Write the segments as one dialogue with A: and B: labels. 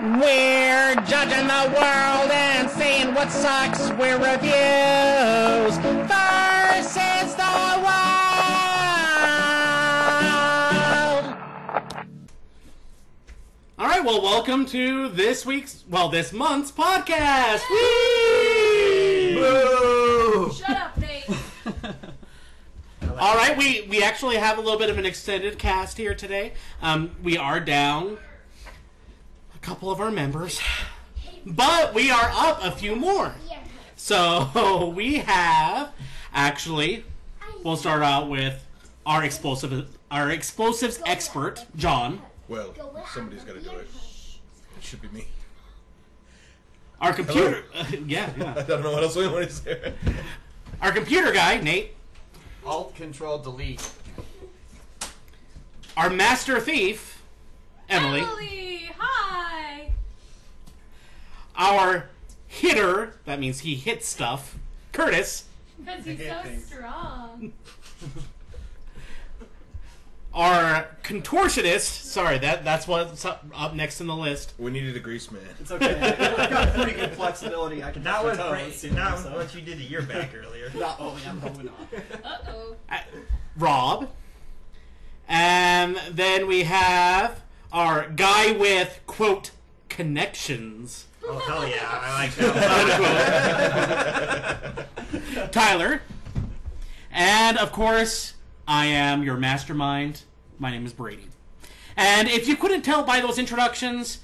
A: We're judging the world and saying what sucks. We're reviews versus the wild.
B: All right, well, welcome to this week's, well, this month's podcast. Whee!
C: Shut up, Nate.
B: All right, we we actually have a little bit of an extended cast here today. Um, we are down a couple of our members, but we are up a few more. So we have actually. We'll start out with our explosive our explosives expert John,
D: Well, somebody's got to do it. It should be me.
B: our computer yeah, yeah
D: I don't know what else we want to say.
B: our computer guy Nate,
E: Alt Control Delete.
B: our master thief Emily,
C: Emily, hi.
B: our hitter that means he hits stuff Curtis.
C: Because he's so strong.
B: our contortionist. Sorry, that that's what's up up next in the list.
D: We needed a grease man.
E: It's okay. I've got pretty good flexibility. I can
F: That was
E: touch my
F: great.
E: toes, you know,
F: That was
E: so-
F: what Oh. you did a year back earlier.
E: Not only I'm holding on.
C: Uh oh.
B: Uh, Rob, and then we have our guy with quote connections.
F: Oh hell yeah, I like that.
B: Tyler, and of course, I am your mastermind. My name is Brady. And if you couldn't tell by those introductions,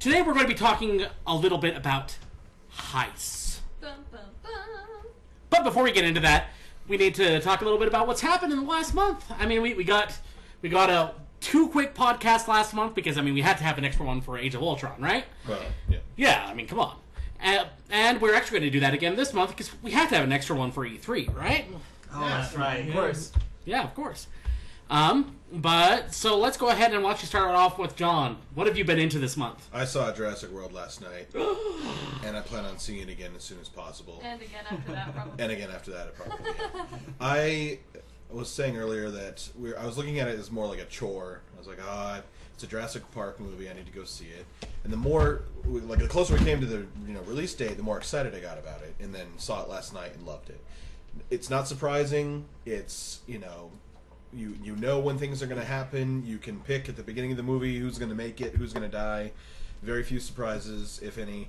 B: today we're going to be talking a little bit about heists.
C: Bum, bum, bum.
B: But before we get into that, we need to talk a little bit about what's happened in the last month. I mean, we, we got we got a two quick podcast last month because I mean we had to have an extra one for Age of Ultron, right?
D: Well, yeah.
B: Yeah, I mean, come on. Uh, and we're actually going to do that again this month because we had to have an extra one for E3, right?
F: Oh, that's right.
E: Of course.
B: Yeah, of course. Um, but so let's go ahead and watch you start off with John. What have you been into this month?
D: I saw Jurassic World last night, and I plan on seeing it again as soon as possible.
C: And again after that, probably.
D: And again after that, probably. I was saying earlier that we I was looking at it as more like a chore. I was like, ah, it's a Jurassic Park movie. I need to go see it. And the more, like, the closer we came to the you know release date, the more excited I got about it. And then saw it last night and loved it. It's not surprising. It's you know. You, you know when things are going to happen. You can pick at the beginning of the movie who's going to make it, who's going to die. Very few surprises, if any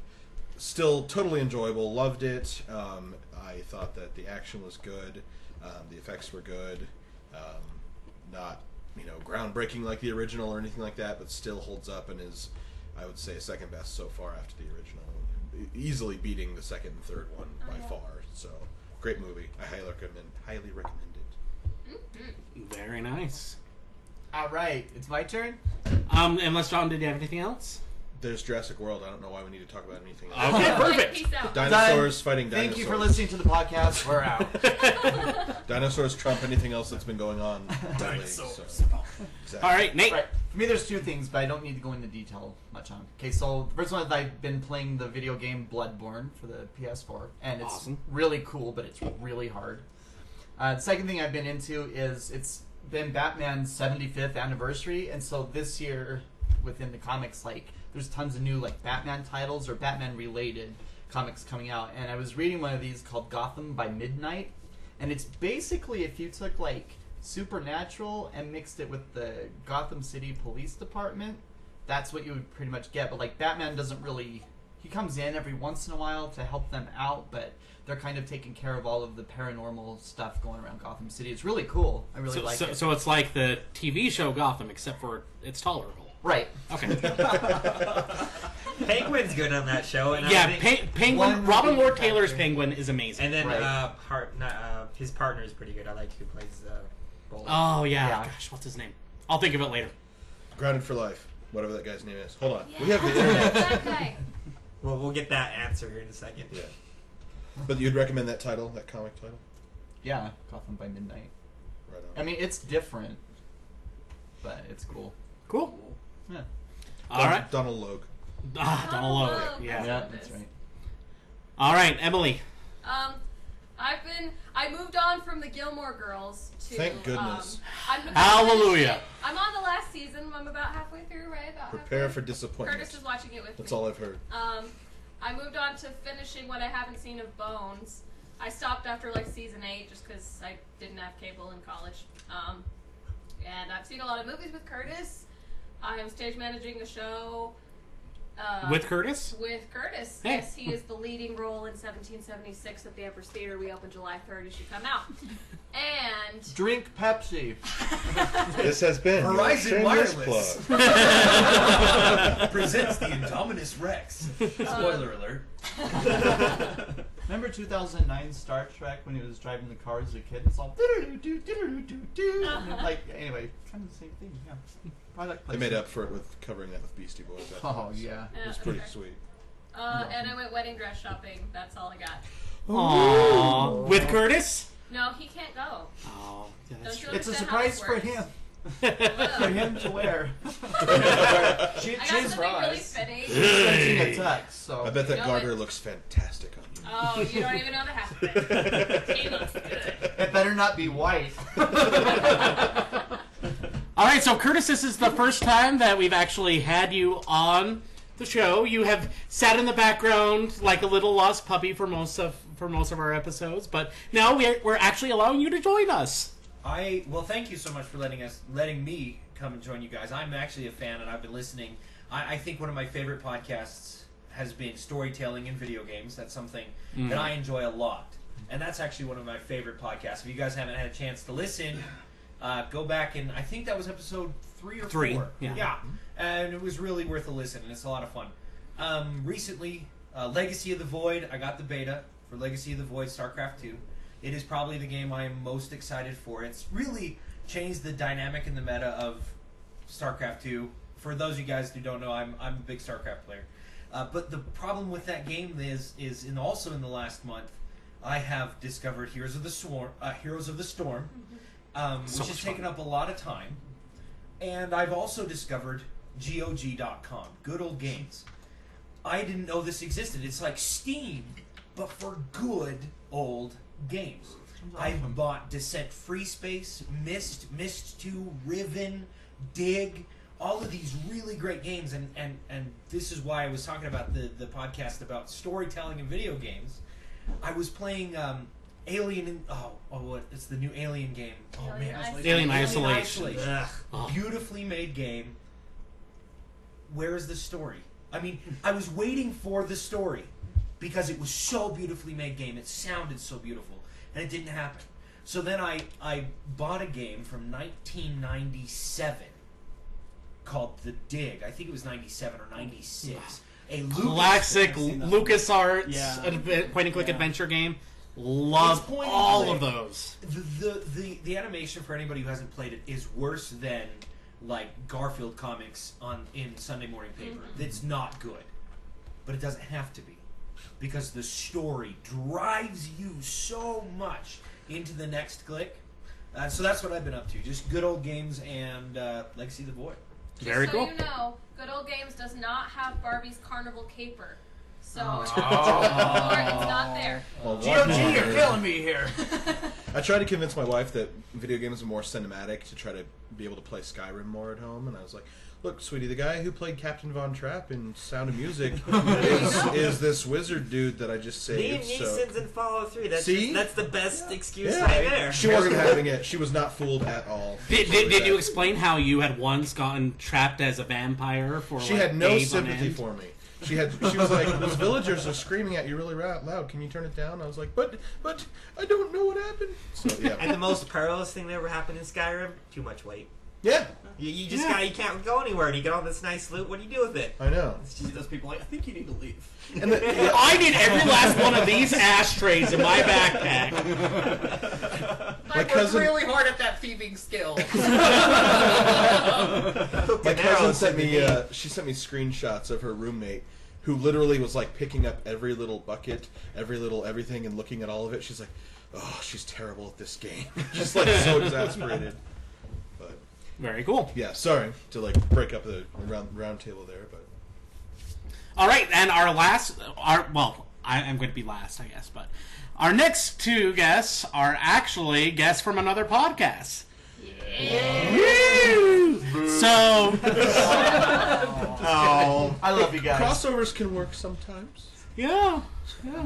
D: still totally enjoyable. Loved it. Um, I thought that the action was good. Um, the effects were good. Um, not you know groundbreaking like the original or anything like that, but still holds up and is I would say second best so far after the original. E- Easily beating the second and third one by far. So great movie. I highly recommend. Highly recommend it.
B: Very nice.
E: All right, it's my turn.
B: Um, unless John, did you have anything else?
D: There's Jurassic World. I don't know why we need to talk about anything. else.
B: Okay,
C: Like,
B: perfect.
C: peace out.
D: Dinosaurs fighting dinosaurs.
E: Thank you for listening to the podcast. We're out.
D: Dinosaurs trump anything else that's been going on. lately, so-
F: Dinosaurs.
D: Exactly.
B: All right, Nate.
E: right. For me, there's two things, but I don't need to go into detail much on. Okay, so the first one is I've been playing the video game Bloodborne for the PS4, and it's
B: Awesome.
E: really cool, but it's really hard. Uh, the second thing I've been into is it's been Batman's 75th anniversary, and so this year within the comics, like there's tons of new like Batman titles or Batman related comics coming out, and I was reading one of these called Gotham by Midnight, and it's basically if you took like Supernatural and mixed it with the Gotham City Police Department, that's what you would pretty much get. But like Batman doesn't really he comes in every once in a while to help them out, but they're kind of taking care of all of the paranormal stuff going around Gotham City. It's really cool. I really
B: So,
E: like
B: so,
E: it.
B: so it's like the TV show Gotham, except for it's tolerable.
E: right.
B: Okay.
F: Penguin's good on that show. And I
B: yeah,
F: think-
B: pe- Penguin.
E: One
B: Robin
E: redeeming
B: Lord Taylor's
E: factor.
B: Penguin is amazing.
F: and then
E: Right.
F: uh, part, not, uh, his partner is pretty good. I like who plays uh, role.
B: oh yeah.
E: Yeah.
B: gosh, what's his name? I'll think of it later.
D: Grounded for life, whatever that guy's name is. Hold on, we
C: Yeah.
D: have the internet.
C: That guy.
F: Well, we'll get that answer here in a second.
D: yeah, but you'd recommend that title, that comic title,
E: Yeah, Gotham by Midnight.
D: right
E: I
D: on.
E: mean, it's different, but it's cool.
B: Cool.
E: Yeah.
B: All right.
D: Donald Logue.
B: Ah, Donald
C: Donald
B: Logue.
C: Logue.
B: Yeah.
C: Yeah.
E: that's right.
B: All right, Emily.
C: Um, I've been. I moved on from the Gilmore Girls to.
D: Thank goodness.
C: Um, I'm hooked on
B: Hallelujah.
C: it. I'm on the last season. I'm about halfway through, right? About
D: Prepare
C: halfway.
D: for
C: Curtis
D: disappointment.
C: is watching it with
D: That's
C: me.
D: all I've heard.
C: Um, I moved on to finishing what I haven't seen of Bones. I stopped after like season eight just because I didn't have cable in college. Um, and I've seen a lot of movies with Curtis. I am stage managing a show. Uh,
B: With Curtis?
C: With Curtis.
B: Hey.
C: Yes, he is the leading role in 1776 at the Empress Theater. We open July 3rd. You should come out. And
E: Drink Pepsi.
D: This has been your
G: Horizon
D: shameless
G: Wireless.
D: plug.
G: presents the Indominus Rex.
C: Uh,
G: Spoiler alert.
E: Remember 2009 Star Trek when he was driving the car as a kid? It's all doo-doo-doo-doo, doo-doo-doo-doo.
C: Uh-huh.
E: And it, like anyway, kind of the same thing. Yeah, probably like
D: They made up for it with covering that with Beastie Boys. That
E: Oh
D: was-
E: yeah.
C: uh,
D: It was pretty
C: okay.
D: sweet.
C: Uh, and I went wedding dress shopping. That's all I got.
B: Aww. With Curtis?
C: No, he can't go.
B: Oh, yeah, that's
C: Don't
B: true.
C: you
E: It's a
C: understand how this
E: surprise for
C: works?
E: him. For
C: Hello.
E: him to wear. she,
C: I got
E: she's
C: something really
E: Roz.
C: fitting.
E: She's a tux, so.
D: I bet that
C: You know
D: garter
C: what?
D: looks fantastic on you.
C: Oh, you don't even know the half of it. He looks good.
E: It better not be white.
B: All right, so Curtis, this is the first time that we've actually had you on the show. You have sat in the background like a little lost puppy for most of for most of our episodes, but now we're, we're actually allowing you to join us.
G: I well, thank you so much for letting us letting me come and join you guys. I'm actually a fan, and I've been listening. I, I think one of my favorite podcasts has been storytelling in video games. That's something
B: Mm.
G: that I enjoy a lot, and that's actually one of my favorite podcasts. If you guys haven't had a chance to listen, uh, go back and I think that was episode three or
B: Three,
G: four.
B: yeah.
G: and it was really worth a listen, and it's a lot of fun. Um, recently, uh, Legacy of the Void. I got the beta for Legacy of the Void, StarCraft Two. It is probably the game I am most excited for. It's really changed the dynamic and the meta of StarCraft Two. For those of you guys who don't know, I'm I'm a big StarCraft player. Uh, but the problem with that game is is in also in the last month, I have discovered Heroes of the Swarm, uh, Heroes of the Storm, um,
B: So
G: which
B: much
G: has
B: fun.
G: taken up a lot of time. And I've also discovered GOG.com, good old games. I didn't know this existed. It's like Steam, but for good old games. I've bought Descent Free Space, Mist, Mist 2, Riven, Dig, all of these really great games. And, and, and this is why I was talking about the, the podcast about storytelling in video games. I was playing um, Alien. In, oh, oh, what? It's the new Alien game. Oh,
C: Alien
G: man.
C: Isolation.
B: Alien Isolation.
F: Ugh.
G: Beautifully made game. Where is the story? I mean, I was waiting for the story because it was so beautifully made game. It sounded so beautiful, and it didn't happen. So then I I bought a game from 1997 called The Dig. I think it was 97 or 96. A Lucas-
B: Classic
F: seen that.
B: LucasArts
F: Yeah.
B: adve- point and click
F: Yeah.
B: adventure game. Love
G: It's point and
B: all of
G: click.
B: those.
G: the, the the the animation for anybody who hasn't played it is worse than like Garfield comics on in Sunday morning paper. It's not good, but it doesn't have to be because the story drives you so much into the next click. Uh, so that's what I've been up to: just good old games and uh, Legacy of the Void.
C: Just
B: Very
C: so
B: cool.
C: you know, Good Old Games does not have Barbie's Carnival Caper. So
F: Oh.
C: it's not there.
D: Well,
F: GOG, you're
D: Walmart-
F: killing me here.
D: I tried to convince my wife that video games are more cinematic to try to be able to play Skyrim more at home, and I was like, "Look, sweetie, the guy who played Captain Von Trapp in Sound of Music is, is this wizard dude that I just
F: Liam
D: saved." So
F: Neeson's in Fallout 3. That's,
D: See?
F: just- that's the best excuse
D: Yeah.
F: right there.
D: she wasn't having it. She was not fooled at all.
B: Did, did, did you
D: She
B: explain how you had once gotten trapped as a vampire for like,
D: had no
B: days on
D: sympathy
B: end?
D: for me. She had. She was like, "Those villagers are screaming at you really ra- loud. Can you turn it down?" I was like, "But, but I don't know what happened." So
F: And
D: yeah,
F: the most perilous thing that ever happened in Skyrim? Too much weight.
D: yeah,
F: You, you just
B: Yeah.
F: got you can't go anywhere, and you get all this nice loot. What do you do with it?
D: I know.
F: It's just those people like I think you need to leave.
D: And the,
B: I need every last one of these ashtrays in my backpack.
D: my cousin.
A: hard at that thieving skill.
D: My cousin sent me. Uh, she sent me screenshots of her roommate, who literally was like picking up every little bucket, every little everything, and looking at all of it. She's like, "Oh, she's terrible at this game." She's like so exasperated. But
B: Very cool.
D: yeah, sorry to like break up the round round table there, but
B: All right, and our last, our well, I, I'm going to be last, I guess. But our next two guests are actually guests from another podcast. Woo! So, oh,
E: I love you guys.
D: Crossovers can work sometimes.
B: yeah, yeah.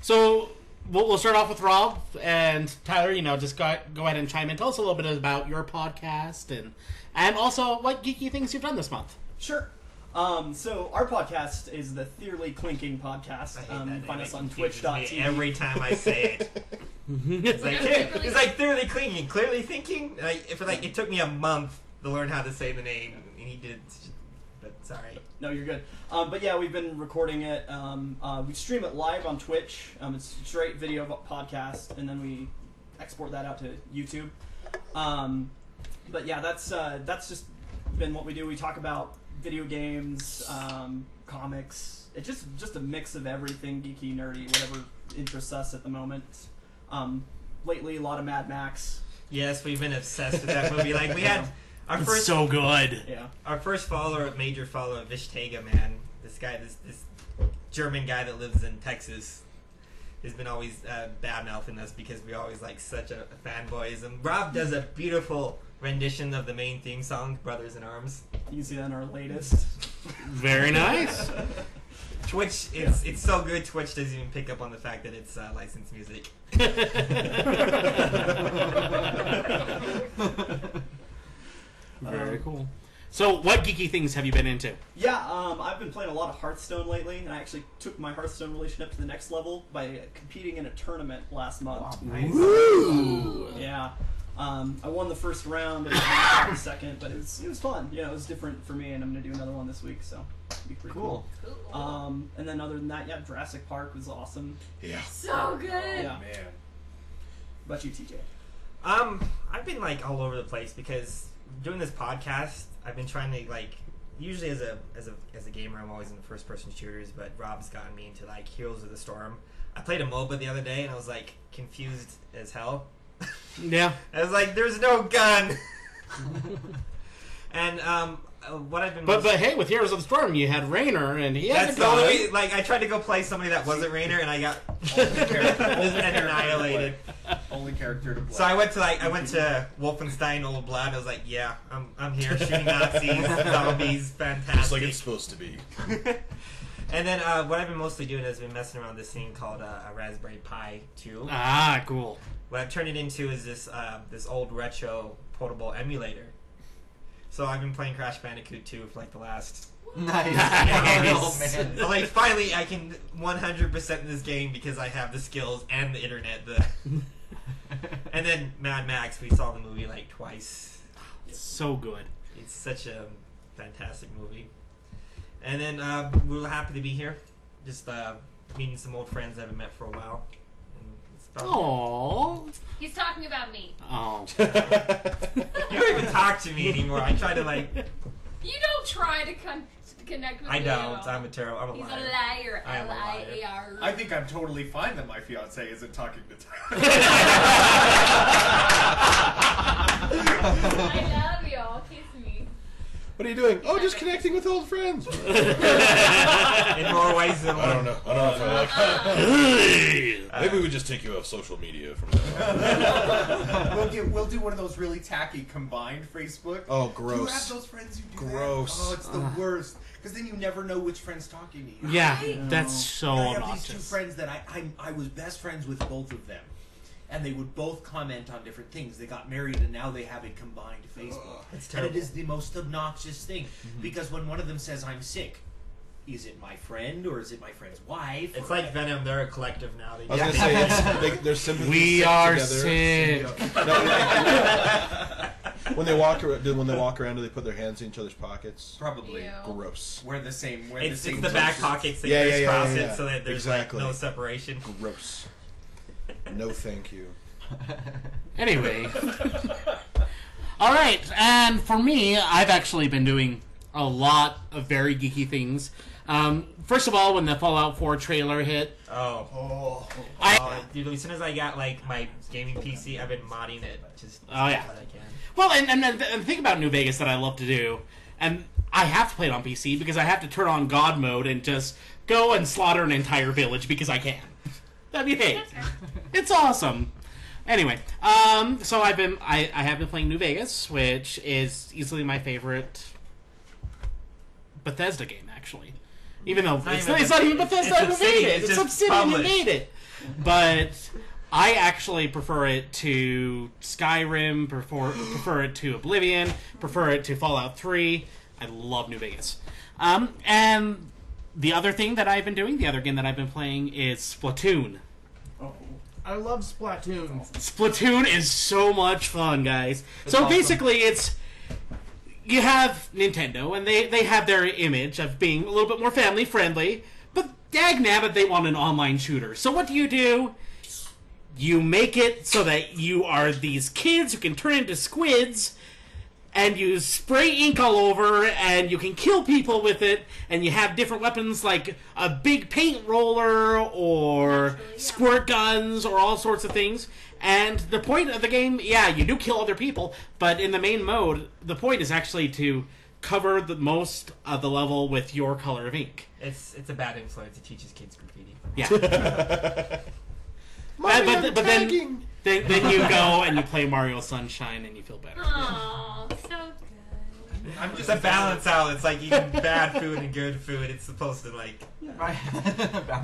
B: So we'll, we'll start off with Rob and Tyler. You know, just go, go ahead and chime in. Tell us a little bit about your podcast and and also what geeky things you've done this month.
H: Sure. Um, so our podcast is the Theory Clinking podcast.
F: I hate
H: Um,
F: that.
H: find
F: It
H: us on
F: confuses
H: twitch.tv.
F: me Every time I say it, it's like, it's like clearly clinging, clearly thinking. Like, if like it took me a month to learn how to say the name, and he did. But sorry,
H: No, you're good. Um, but yeah, we've been recording it. Um, uh, we stream it live on Twitch. Um, it's a straight video vo- podcast, and then we export that out to YouTube. Um, but yeah, that's uh, that's just been what we do. We talk about video games, um, comics. It's just just a mix of everything geeky, nerdy, whatever interests us at the moment. Um, lately, a lot of Mad Max.
F: yes, we've been obsessed with that movie. Like we had our first
B: so good.
H: Yeah.
F: our first follower, major follower, Vishtega man. This guy, this this German guy that lives in Texas, has been always uh, bad mouthing us because we always like such a, a fanboyism. Rob does a beautiful rendition of the main theme song, "Brothers in Arms,"
H: You can see that in our latest.
B: Very nice.
F: Twitch, it's it's so good. Twitch doesn't even pick up on the fact that it's uh, licensed music. Um,
B: Very cool. So, what geeky things have you been into?
H: Yeah, um, I've been playing a lot of Hearthstone lately, and I actually took my Hearthstone relationship to the next level by competing in a tournament last month. Yeah, um, I won the first round and I lost the second, but it was it was fun. Yeah, it was different for me, and I'm gonna do another one this week, so it'll be pretty cool.
E: Cool.
H: Um, and then other than that, yeah, Jurassic Park was awesome.
D: Yeah.
C: so good.
H: Yeah,
G: Man.
H: What about you, TJ.
F: Um, I've been like all over the place because doing this podcast, I've been trying to like. Usually, as a as a as a gamer, I'm always in first-person shooters. But Rob's gotten me into like Heroes of the Storm. I played a MOBA the other day, and I was like confused as hell.
B: Yeah.
F: I was like, "There's no gun." and um, uh, what I've been
B: But but hey, with Heroes of the Storm, you had Raynor, and he has
F: That's
B: a
F: the only
B: gun.
F: reason- like I tried to go play somebody that wasn't Rainer and I got annihilated.
G: Only character to play.
F: So I went to like I went to Wolfenstein Old Blood. I was like, yeah, I'm I'm here shooting Nazis, zombies,
D: Just like
F: fantastic.
D: it's supposed to be.
F: and then uh, what I've been mostly doing is been messing around with this thing called uh, a Raspberry Pi 2.
B: Ah, cool.
F: What I've turned it into is this uh, this old retro portable emulator. So I've been playing Crash Bandicoot 2 for like the last
E: Nice.
B: Nice.
E: Oh, man.
F: like finally I can 100% in this game because I have the skills and the internet. The and then Mad Max, we saw the movie like twice.
B: So good.
F: It's such a fantastic movie. And then uh, we were happy to be here, just uh, meeting some old friends I haven't met for a while. And it's about-
B: Oh.
C: He's talking about me.
B: Oh.
F: You don't even talk to me anymore. I try to like.
C: You don't try to con- to connect with
F: I
C: me. at
F: don't.
C: all.
F: I'm a terrible. I'm a
C: He's a
F: liar.
C: liar.
F: I am a
C: L I
F: liar.
C: A R.
G: I think I'm totally fine that my fiance isn't talking to
C: I love y'all. Kiss me.
D: What are you doing? Oh, just connecting with old friends.
F: In more ways than one.
D: I don't know. I don't know if I like that. Maybe we just take you off social media from now on.
G: we'll get we'll do one of those really tacky combined Facebook.
D: Oh,
G: Do you have
D: gross.
G: those friends who do
D: Gross.
G: That? Oh, it's the worst. Because then you never know which friend's talking to you.
B: Yeah,
C: Right?
B: that's so
G: I have these two
B: obnoxious.
G: friends that I, I I was best friends with both of them, and they would both comment on different things. They got married and now they have a combined Facebook.
F: It's
G: and it
F: terrible.
G: is the most obnoxious thing because when one of them says I'm sick, is it my friend or is it my friend's wife?
F: It's
G: or-
F: like Venom. They're a collective now. They
D: I was gonna say it's, they, they're sympathy.
B: We
D: sick
B: are
D: together.
B: sick.
D: When they walk, around, when they walk around, do they put their hands in each other's pockets?
G: probably
C: Ew.
D: Gross.
G: we're the same. We're
F: It's,
G: the same.
F: it's the back
G: person.
F: pockets that
D: Yeah, yeah,
F: yeah,
D: yeah,
F: cross
D: yeah,
F: it
D: yeah.
F: so that there's
D: Exactly.
F: like no separation.
D: Gross. No, thank you.
B: Anyway. All right, and for me, I've actually been doing a lot of very geeky things. Um, first of all, when the Fallout 4 trailer hit,
F: Oh.
B: I
F: Uh, dude, as soon as I got like my gaming PC, I've been modding it just as
B: Oh, yeah.
F: much as I can.
B: Well, and, and, and the thing about New Vegas that I love to do, and I have to play it on PC because I have to turn on God mode and just go and slaughter an entire village because I can. That'd be great. It's awesome. Anyway, um, so I've been I, I have been playing New Vegas, which is easily my favorite Bethesda game, actually. Even though it's,
F: not
B: it's,
F: even
B: not, even
F: Bethesda.
B: Bethesda
F: It's
B: who made
F: Obsidian.
B: it.
F: It's
B: It's
F: just
B: Obsidian who
F: published.
B: made it. But I actually prefer it to Skyrim, prefer prefer it to Oblivion, prefer it to Fallout Three. I love New Vegas. Um, and the other thing that I've been doing, the other game that I've been playing is Splatoon.
E: I love Splatoon.
B: Splatoon is so much fun, guys. so
E: awesome.
B: basically, it's you have Nintendo, and they they have their image of being a little bit more family friendly, but dag nabbit, they want an online shooter. So what do you do? You make it so that you are these kids who can turn into squids. And you spray ink all over, and you can kill people with it, and you have different weapons like a big paint roller or
C: Naturally, yeah.
B: squirt guns or all sorts of things. And the point of the game, yeah, you do kill other people, but in the main mode, the point is actually to cover the most of the level with your color of ink.
F: It's it's a bad influence. It teaches kids graffiti.
B: Yeah.
I: Uh,
B: but, but, but then, then then you go and you play Mario Sunshine and you feel better.
C: Aw, so good.
G: I'm
F: It's
G: just
F: a balance out. It's like eating bad food and good food. It's supposed to like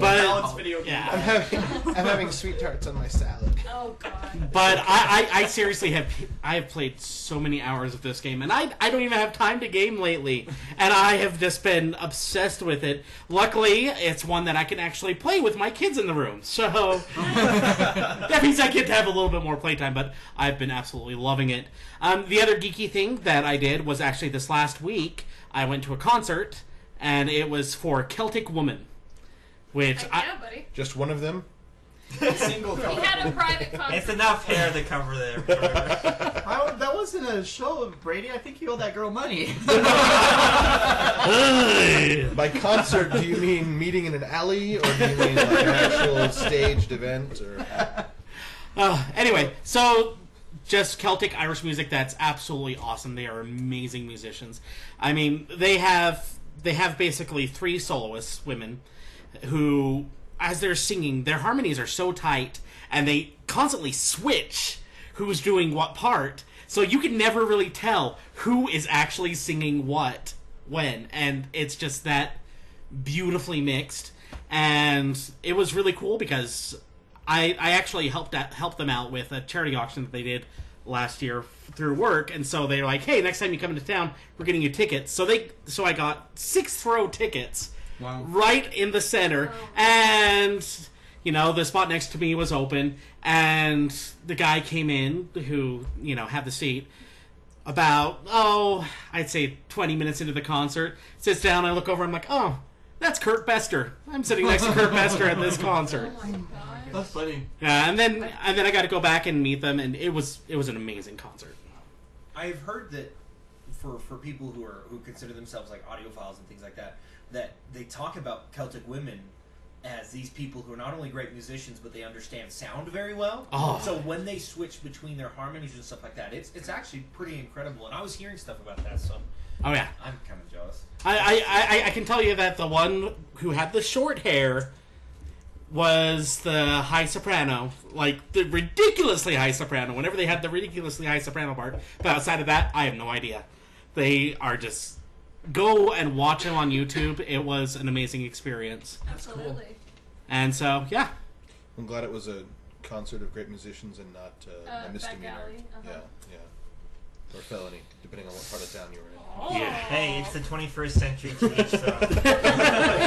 E: Balance
H: video game.
B: Yeah.
I: I'm having I'm having sweet tarts on my salad.
C: Oh god.
B: But I, I, I seriously have I have played so many hours of this game, and I I don't even have time to game lately, and I have just been obsessed with it. Luckily, it's one that I can actually play with my kids in the room, so that means I get to have a little bit more playtime. But I've been absolutely loving it. Um, the other geeky thing that I did was actually this last week I went to a concert, and it was for Celtic Woman, which
C: Like,
B: I,
C: yeah, buddy.
D: Just one of them.
E: Single
C: He had a private concert.
F: it's enough hair to cover there.
E: I, that wasn't a show of Brady. I think you owe that girl money.
D: By concert, do you mean meeting in an alley, or do you mean like an actual staged event? Or
B: Uh, anyway, so just Celtic Irish music that's absolutely awesome. They are amazing musicians. I mean, they have they have basically three soloists, women, who as they're singing, their harmonies are so tight and they constantly switch who's doing what part. So you can never really tell who is actually singing what when and it's just that beautifully mixed and it was really cool because I, I actually helped out, helped them out with a charity auction that they did last year f- through work, and so they were like, "Hey, next time you come into town, we're getting you tickets." So they so I got six throw tickets,
E: Wow.
B: right in the center, and you know the spot next to me was open, and the guy came in who you know had the seat. About oh, I'd say twenty minutes into the concert, sits down. I look over. I'm like, oh, that's Kurt Bester. I'm sitting next to Kurt Bester at this concert.
C: Oh my god.
E: That's funny.
B: Yeah, and then and then I got to go back and meet them, and it was it was an amazing concert.
G: I've heard that for for people who are who consider themselves like audiophiles and things like that, that they talk about Celtic women as these people who are not only great musicians but they understand sound very well.
B: Oh.
G: So when they switch between their harmonies and stuff like that, it's it's actually pretty incredible. And I was hearing stuff about that, so
B: Oh yeah,
G: I'm kind of jealous.
B: I I, I I can tell you that the one who had the short hair was the high soprano, like the ridiculously high soprano. Whenever they had the ridiculously high soprano part, but outside of that, I have no idea. They are just go and watch them on YouTube. It was an amazing experience,
C: Absolutely.
B: and so yeah,
D: I'm glad it was a concert of great musicians and not
C: Uh,
D: uh, a
C: back
D: misdemeanor.
C: alley, uh-huh.
D: Yeah, yeah, or felony, depending on what part of town you were in.
B: yeah.
F: hey, it's the 21st century TV show.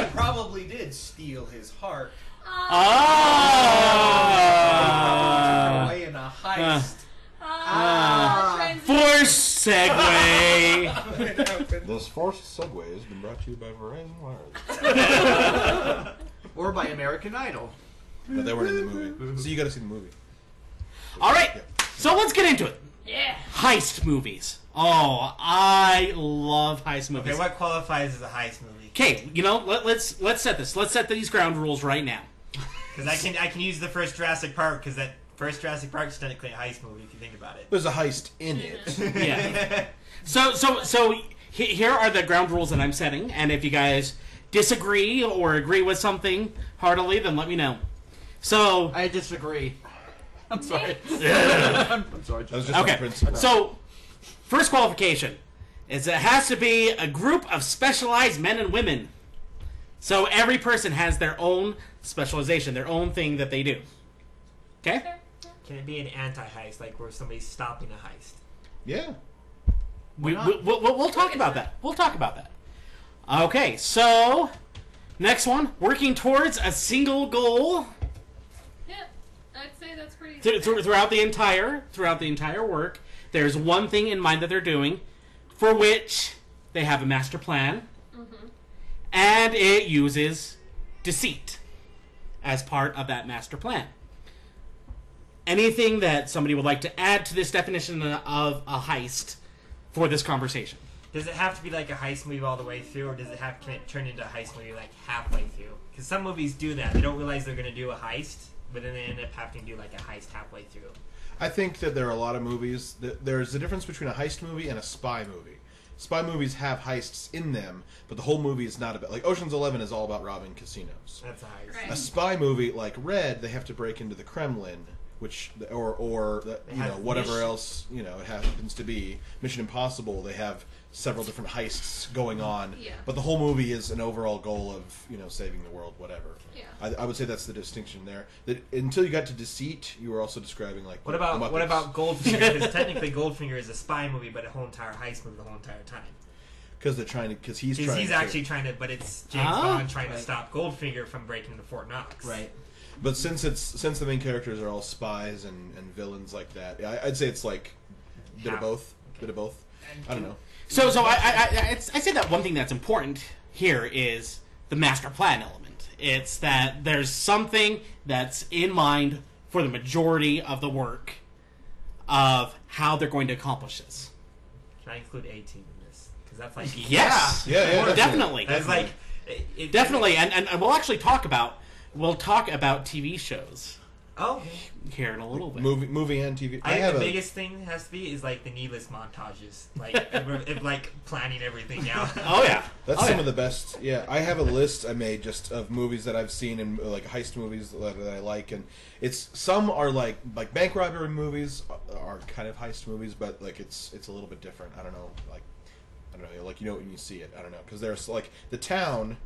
G: he probably did steal his heart
B: Ah.
F: Uh.
G: away in a heist.
C: Ah, transition.
B: Force segue.
D: This forced segue has been brought to you by Verizon Wireless.
E: Or by American Idol.
D: No, they weren't in the movie, so you got to see the movie.
B: All right, so let's get into it.
C: Yeah.
B: Heist movies. Oh, I love heist
F: Okay,
B: movies.
F: what qualifies as a heist movie?
B: Okay, you know, let, let's let's set this. Let's set these ground rules right now.
F: Because I can I can use the first Jurassic Park because that first Jurassic Park is technically a heist movie if you think about it.
D: There's a heist in it.
B: Yeah. so so so he, here are the ground rules that I'm setting, and if you guys disagree or agree with something heartily, then let me know. So
E: I disagree. I'm sorry. I'm sorry.
D: That was just on
B: Okay.
D: principle.
B: So, first qualification is it has to be a group of specialized men and women. So every person has their own specialization, their own thing that they do. Okay.
F: Can it be an anti-heist, like where somebody's stopping a heist?
D: yeah.
B: We, we, we'll, we'll we'll talk about that. We'll talk about that. Okay, so next one working towards a single goal
C: Yeah, I'd say that's pretty.
B: th- th- throughout the entire throughout the entire work. There's one thing in mind that they're doing, for which they have a master plan, and it uses deceit as part of that master plan. Anything that somebody would like to add to this definition of a heist for this conversation?
F: Does it have to be like a heist movie all the way through, or does it have to turn into a heist movie like halfway through? Because some movies do that; they don't realize they're going to do a heist, but then they end up having to do like a heist halfway through.
D: I think that there are a lot of movies. That there's a difference between a heist movie and a spy movie. Spy movies have heists in them, but the whole movie is not about. Like Ocean's Eleven is all about robbing casinos.
F: That's a heist.
C: Right.
D: A spy movie like Red, they have to break into the Kremlin, which or or the, you know
F: have
D: whatever
F: mission-
D: else you know it happens to be. Mission Impossible, they have several different heists going on,
C: Yeah.
D: but the whole movie is an overall goal of you know saving the world, whatever.
C: Yeah.
D: I, I would say that's the distinction there. That until you got to deceit, you were also describing like
F: What
D: the
F: about what
D: Muppets.
F: about Goldfinger? Because technically, Goldfinger is a spy movie, but a whole entire heist movie the whole entire time.
D: Because they're trying to. Because he's
F: Because
D: trying.
F: he's
D: to,
F: actually trying to, but it's James
B: Ah.
F: Bond trying
E: Right.
F: to stop Goldfinger from breaking into Fort Knox.
E: Right.
D: But since it's since the main characters are all spies and, and villains like that, I, I'd say it's like bit
F: Half.
D: of both. Bit of both. I don't know.
B: So, so I, I, I, it's- I say that one thing that's important here is the master plan element. It's that there's something that's in mind for the majority of the work of how they're going to accomplish this.
F: Can I include A Team in this? Because that's like
B: Yes,
D: Yeah, yeah,
B: Well,
D: definitely.
B: definitely,
F: That's like it, it-
B: definitely, and, and and we'll actually talk about we'll talk about TV shows
F: Oh,
B: here in a little bit.
D: Movie, movie, and TV. I,
F: I,
D: have
F: think
D: a.
F: the biggest thing that has to be is like the needless montages, like if, if, like planning everything out.
B: Oh yeah,
D: that's
B: oh,
D: some
B: yeah.
D: of the best. Yeah, I have a list I made just of movies that I've seen and uh, like heist movies that, that I like, and it's some are like like bank robbery movies are- are kind of heist movies, but like it's it's a little bit different. I don't know, like I don't know, like you know when you see it. I don't know because there's like the town.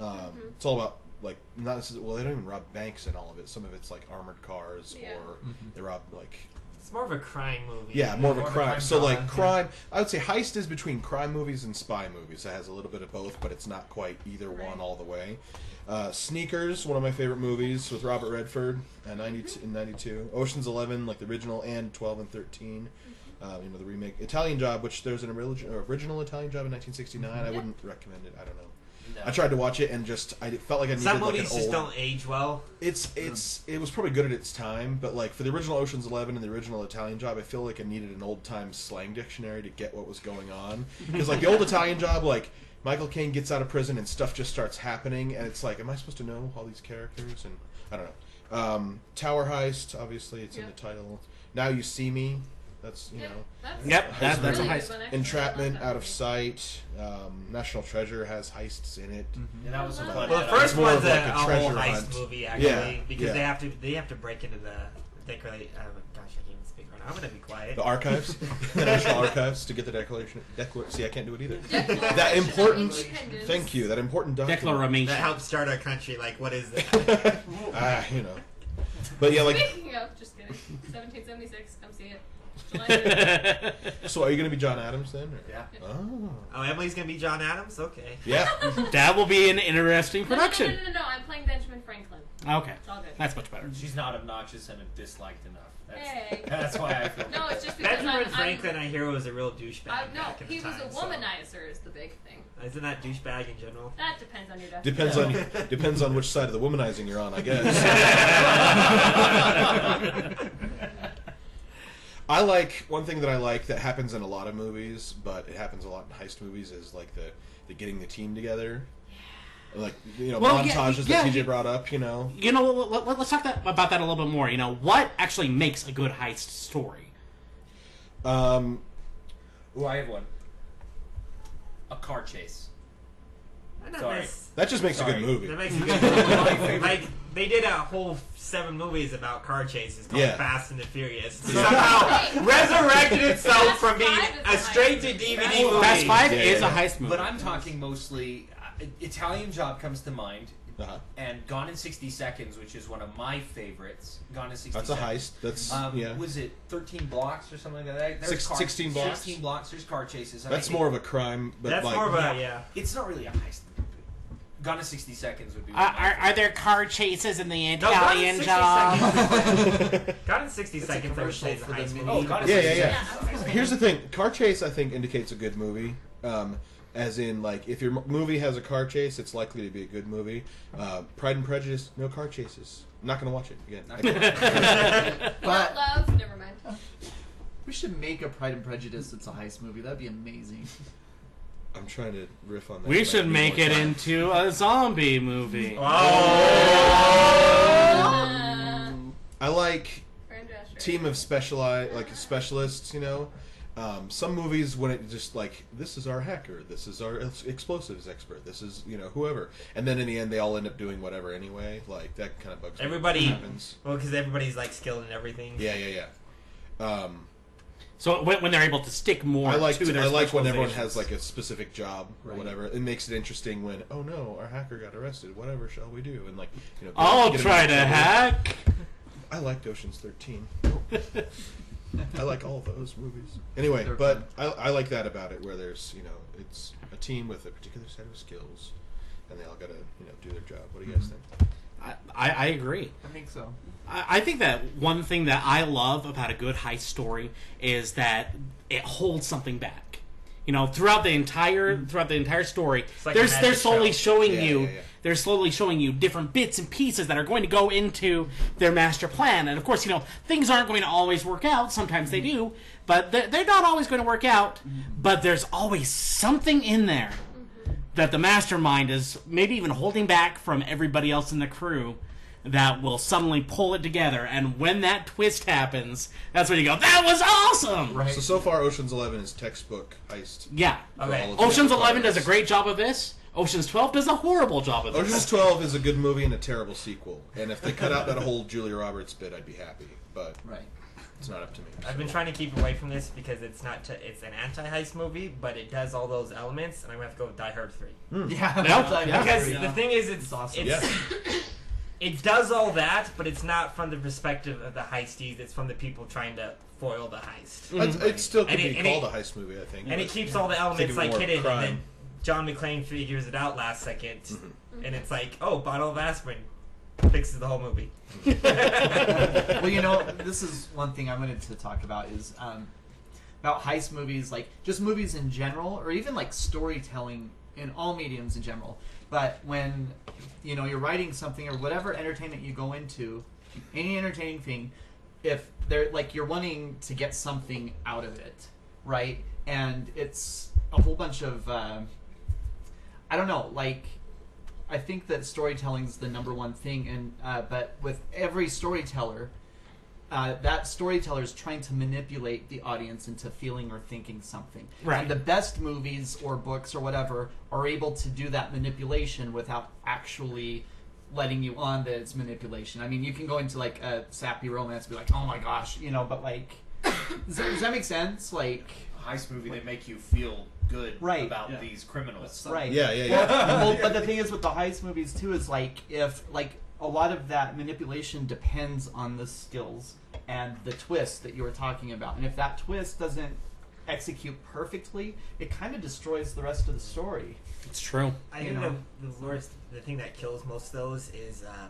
D: Um, It's all about like not necess- well they don't even rob banks in all of it. Some of it's like armored cars
C: Yeah.
D: or
F: Mm-hmm.
D: they rob like
F: It's more of a crime movie.
D: yeah, more of a
E: More of a
D: crime.
E: crime
D: so
E: drama,
D: like crime, I would say heist is between crime movies and spy movies. It has a little bit of both, but it's not quite either one all the way. Uh, Sneakers, one of my favorite movies with Robert Redford, uh, 92, in '92. Ocean's Eleven, like the original, and 12 and 13.
F: Mm-hmm.
D: Uh, you know the remake. Italian Job, which there's an origi- or original Italian Job in 1969.
F: Mm-hmm.
D: I wouldn't recommend it. I don't know. I tried to watch it and just I felt like I needed
F: Some
D: like
F: movies
D: an
F: just
D: old
F: don't age well.
D: it's it's it was probably good at its time, but like for the original Ocean's Eleven and the original Italian Job, I feel like I needed an old time slang dictionary to get what was going on. Because like the old Italian Job, like Michael Caine gets out of prison and stuff just starts happening, and it's like, am I supposed to know all these characters? And I don't know. Um, Tower Heist, obviously, it's in
C: Yeah.
D: the title. Now you see me. That's you
C: Yeah,
D: know.
C: that's
B: Yep,
C: a
B: that, that's a
C: really
B: heist.
C: good one. Actually, I
D: Entrapment,
C: love that
D: Out of
C: movie.
D: Sight, um, National Treasure has heists in it.
G: Yeah, that was a
C: Well,
G: fun.
F: Well, the
G: that
F: first
D: It's more
F: one's
D: of
F: a,
D: like
F: a
D: a
F: whole
D: treasure
F: heist
D: hunt.
F: movie, actually,
D: Yeah,
F: because
D: yeah.
F: they have to they have to break into the. They really, uh, gosh, I can't even speak right now. I'm gonna be quiet.
D: The archives, the National Archives, to get the declaration. Declar- see, I can't do it either.
C: Declaration
D: that
C: of
D: important.
C: Independence.
D: Thank you. That important document.
F: that
B: Declaration.
F: helped start our country. Like, what is that?
D: Ah, you know. But yeah, like,
C: Speaking of, just kidding. 1776, come see it. July 5th.
D: so are you going to be John Adams then? or-
G: Yeah.
D: Oh.
F: oh, Emily's gonna be John Adams. Okay.
D: Yeah.
B: that will be an interesting
C: No, no, no, no,
B: production.
C: no, no, I'm playing Benjamin Franklin.
B: Okay,
C: It's all good.
B: that's much better.
G: She's not obnoxious and disliked enough. That's,
C: Hey.
G: that's why I feel.
C: No, it's just because I'm,
F: Benjamin
C: I'm-
F: Franklin, i hear, was a real douchebag.
C: I- no,
F: back in
C: he
F: the
C: was
F: time,
C: a
F: so-
C: womanizer is the big thing.
F: Isn't that douchebag in general?
C: That depends on your definition.
D: Depends on depends on which side of the womanizing you're on, I guess. I like one thing that I like that happens in a lot of movies, but it happens a lot in heist movies is like the the getting the team together. Like you know
B: Well, yeah,
D: montages
B: yeah,
D: that TJ
B: you-
D: brought up, you know.
B: you know, let, let, us talk that, about that a little bit more. You know, what actually makes a good heist story?
D: Um,
G: Ooh, I have one. A car chase.
F: Not
G: Sorry.
F: necess-
D: That just makes a
G: Sorry.
D: good movie.
F: That makes a good movie. like they did a whole seven movies about car chases called
D: Yeah.
F: Fast and the Furious.
D: Yeah.
F: Somehow resurrected itself
C: Fast
F: from being
C: Five is
F: a
C: a
F: straight to
C: heist.
F: DVD movie.
B: Fast Five
D: Yeah,
B: is a
D: yeah.
B: heist movie.
G: But I'm talking mostly uh, Italian Job comes to mind,
D: Uh-huh.
G: and Gone in 60 Seconds, which is one of my favorites. Gone in 60
D: That's a
G: Seconds.
D: heist. That's
G: Um,
D: yeah.
G: Was it 13 blocks or something like that? There's
D: Six- 16 blocks.
G: 16 blocks. There's car chases. I
D: That's
G: mean,
D: more of a crime, but
F: That's
D: like
F: more of a yeah.
G: It's not really a heist. Gone in 60 Seconds would be.
B: Are, are, are there car chases in the
F: No, God in
B: Italian job?
F: 60 seconds. God in 60
E: a
F: seconds, I would say, is a
E: commercial for
F: heist
E: the
F: movie.
E: mini-
G: Oh, God in
D: Yeah,
G: 60
D: yeah,
G: Seconds.
C: Yeah, I was gonna
D: Here's the thing: car chase, I think, indicates a good movie. Um, as in, like, if your m- movie has a car chase, it's likely to be a good movie. Uh, Pride and Prejudice, no car chases. I'm not gonna watch it again. I can't.
E: But
C: Love, never mind.
E: we should make a Pride and Prejudice that's a heist movie. That'd be amazing.
D: I'm trying to riff on that.
B: We
D: Like,
B: should
D: one
B: make
D: more
B: it
D: time.
B: into a zombie movie.
C: Uh,
D: I like
C: Fran Drescher.
D: Um, team of specialized like specialists you know um, some movies when it just like this is our hacker this is our ex- explosives expert this is you know whoever and then in the end they all end up doing whatever anyway like that kind of bugs me.
F: Everybody-
D: It happens
F: Well, because everybody's like skilled in everything.
D: yeah yeah yeah um,
B: So when, when they're able to stick more
D: I like
B: to their
D: I like when everyone
B: specializations.
D: has like a specific job or whatever it makes it interesting when oh no our hacker got arrested whatever shall we do and like you know get-
B: I'll
D: get him
B: try
D: out
B: to
D: of trouble.
B: hack.
D: I liked Ocean's Thirteen. I like all those movies. Anyway,
E: They're
D: but I, I like that about it, where there's you know it's a team with a particular set of skills, and they all got to you know do their job. What do you guys
F: Mm-hmm.
D: think?
B: I, I I agree.
E: I think so.
B: I I think that one thing that I love about a good heist story is that it holds something back. You know, throughout the entire throughout the entire story,
F: Mm-hmm. like a
B: there's
F: magic
B: they're slowly
F: show.
B: showing
D: Yeah,
B: you
D: yeah, yeah.
B: they're slowly showing you different bits and pieces that are going to go into their master plan. And of course, you know things aren't going to always work out. Sometimes they
F: Mm-hmm.
B: do, but they're, they're not always going to work out. But there's always something in there that the mastermind is maybe even holding back from everybody else in the crew that will suddenly pull it together and when that twist happens that's when you go that was awesome
E: Right.
D: So so far, Ocean's Eleven is textbook heist.
B: yeah
D: for
F: Okay.
D: all of the
B: oceans
D: other
B: 11 does a
D: parties.
B: great job of this oceans 12 does a horrible job of this
D: Ocean's Twelve is a good movie and a terrible sequel. And if they cut out that whole Julia Roberts bit, I'd be happy. But
E: Right.
D: it's not up to me.
F: I've been trying to keep away from this because it's not t- it's an anti-heist movie, but it does all those elements, and I'm gonna have to go with Die Hard Three.
E: Yeah.
B: Nope.
E: I-
B: Yeah.
F: Because
E: yeah.
F: the thing is, it's
E: It's awesome.
F: It's, It does all that, but it's not from the perspective of the heistees. It's from the people trying to foil the heist,
D: It's- It still could
F: And it-
D: be
F: and it-
D: called a heist movie, I think.
F: and it
D: but-
F: keeps all the
D: Think
F: elements
D: of
F: like
D: more
F: hidden.
D: crime.
F: And then John McClane figures it out last 2nd and it's like, oh, bottle of aspirin fixes the whole movie.
E: well, you know, this is one thing I wanted to talk about is um, about heist movies, like just movies in general, or even like storytelling in all mediums in general. But when you know you're writing something or whatever entertainment you go into, any entertaining thing, if they're like you're wanting to get something out of it, right? And it's a whole bunch of uh, I don't know, like I think that storytelling's the number one thing, and uh, but with every storyteller, uh, that storyteller is trying to manipulate the audience into feeling or thinking something.
B: Right.
E: And the best movies or books or whatever are able to do that manipulation without actually letting you on that it's manipulation. I mean, you can go into like a sappy romance, and be like, "Oh my gosh," you know, but like, does that, does that make sense? Like,
G: heist movie that make you feel good
E: Right.
G: about
H: Yeah.
G: these criminals.
E: right?
D: Yeah, yeah, yeah.
E: well, but the thing is with the heist movies too is like if like a lot of that manipulation depends on the skills and the twist that you were talking about, and if that twist doesn't execute perfectly, it kind of destroys the rest of the story.
B: it's true
F: I
E: You
F: think
E: know?
F: the, the worst, the thing that kills most of those is um,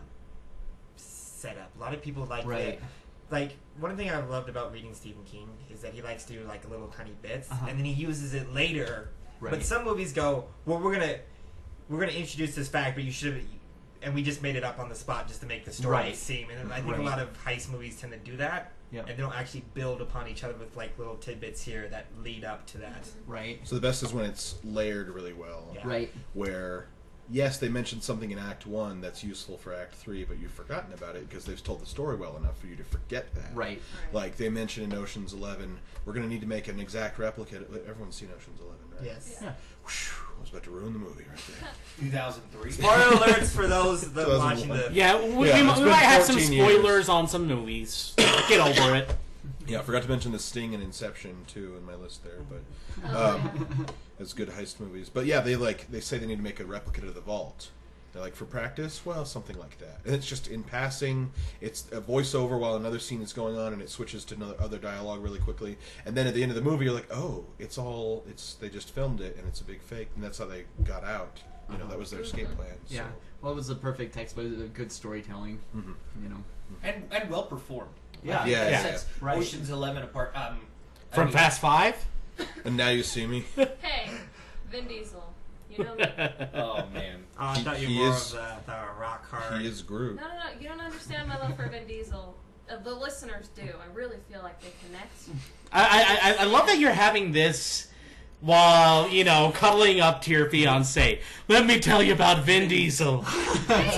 F: setup. A lot of people like
E: Right.
F: the- Like one thing I've loved about reading Stephen King is that he likes to do like little tiny bits,
E: Uh-huh.
F: and then he uses it later. But
E: Right.
F: some movies go, well, we're gonna we're gonna introduce this fact, but you should have. And we just made it up on the spot just to make the story
E: Right.
F: seem. And I think a
E: Right.
F: lot of heist movies tend to do that,
E: Yeah.
F: and they don't actually build upon each other with like little tidbits here that lead up to that.
E: Right.
D: So the best is when it's layered really well.
F: Yeah.
E: Right.
D: where yes they mentioned something in act one that's useful for act three but you've forgotten about it because they've told the story well enough for you to forget that
E: Right.
D: like they mentioned in oceans 11 we're going to need to make an exact replica everyone's seen oceans 11 right
F: Yes.
E: Yeah.
D: Whew, i was about to ruin the movie right there
G: 2003.
F: Spoiler alerts for those that are watching the.
B: Yeah, we,
D: Yeah,
B: we,
D: it's
B: we
D: been
B: might have some
D: 14 years.
B: spoilers on some movies. Get over it.
D: Yeah, I forgot to mention the Sting and Inception too in my list there, but
C: Oh,
D: um, as good heist movies. But yeah, they like they say they need to make a replicate of the vault. They're like for practice, well, something like that. And it's just in passing. It's a voiceover while another scene is going on, and it switches to another other dialogue really quickly. And then at the end of the movie, you're like, oh, it's all it's they just filmed it, and it's a big fake, and that's how they got out. You know, that was their escape plan. So.
E: Yeah. Well, it was the perfect text, but it was a good storytelling.
F: Mm-hmm.
E: You know.
G: and and well performed.
E: Yeah.
D: Yeah, yeah.
G: Sets
E: Right.
G: Ocean's Eleven apart. Um, I
B: From
G: mean,
B: Fast Five?
D: And now you see me.
C: Hey, Vin Diesel. You know me.
G: Oh man.
F: Oh, I
D: He-
F: thought you
D: he
F: were more
D: is-
F: of the, the rock hard.
D: he is Groot.
C: No, no, no. You don't understand my love for Vin Diesel. Uh, the listeners do. I really feel like they connect.
B: I, I- I, I love that you're having this while, you know, cuddling up to your fiance. Let me tell you about Vin Diesel.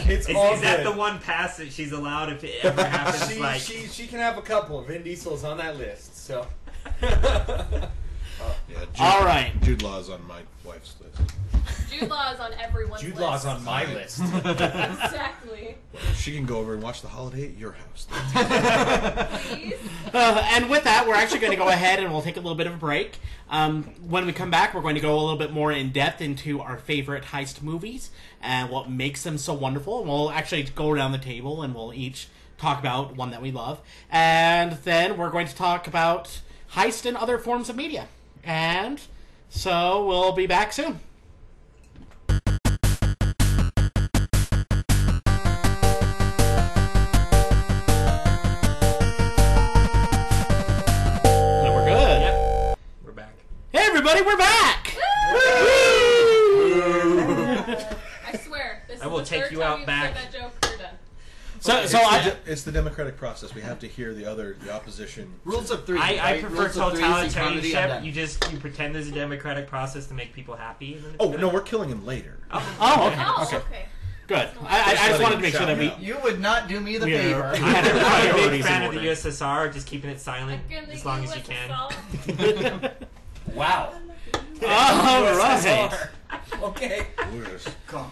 I: It's
F: Is,
I: all
F: is that
I: good.
F: the one pass that she's allowed if it ever happens?
G: She,
F: like,
G: she she can have a couple. Vin Diesel's on that list, so.
D: Yeah, Jude,
B: All right.
D: Jude Law's on my wife's list.
C: Jude Law is on everyone's
G: Jude
C: list.
G: Law's on my list.
C: Exactly.
D: She can go over and watch the holiday at your house.
C: Please.
B: Uh, and with that, we're actually going to go ahead and we'll take a little bit of a break. Um, when we come back, we're going to go a little bit more in depth into our favorite heist movies and what makes them so wonderful. And we'll actually go around the table and we'll each talk about one that we love. And then we're going to talk about heist and other forms of media. And so we'll be back soon. And we're good.
F: we're back.
B: Hey, everybody, we're back! Woo!
C: I swear. This
F: I
C: is
F: will
C: the
F: take
C: third
F: you
C: time
F: out
C: you've
F: back.
C: said that joke. You're done.
B: So,
D: It's
B: so
D: the
B: I,
D: de- it's the democratic process. We have to hear the other, the opposition.
E: Rules of three.
F: I, I
E: right?
F: prefer
E: Rules of three, see comedy, I'm
F: totalitarianship.
E: done.
F: You just you pretend there's a democratic process to make people happy. And then it's
D: Oh
F: good.
D: no, we're killing him later.
B: oh, okay,
C: Oh, okay.
B: okay, good. I, I, I just wanted to make sure that we,
E: You would not do me the
B: we are, we
E: favor.
B: had our
F: I'm a big
B: priorities
F: fan
B: in
F: of the
B: order.
F: USSR. Just keeping it silent
C: Back in the
F: as long as you can.
C: USSR.
G: Wow.
B: All right.
G: Okay.
D: We're-
G: God.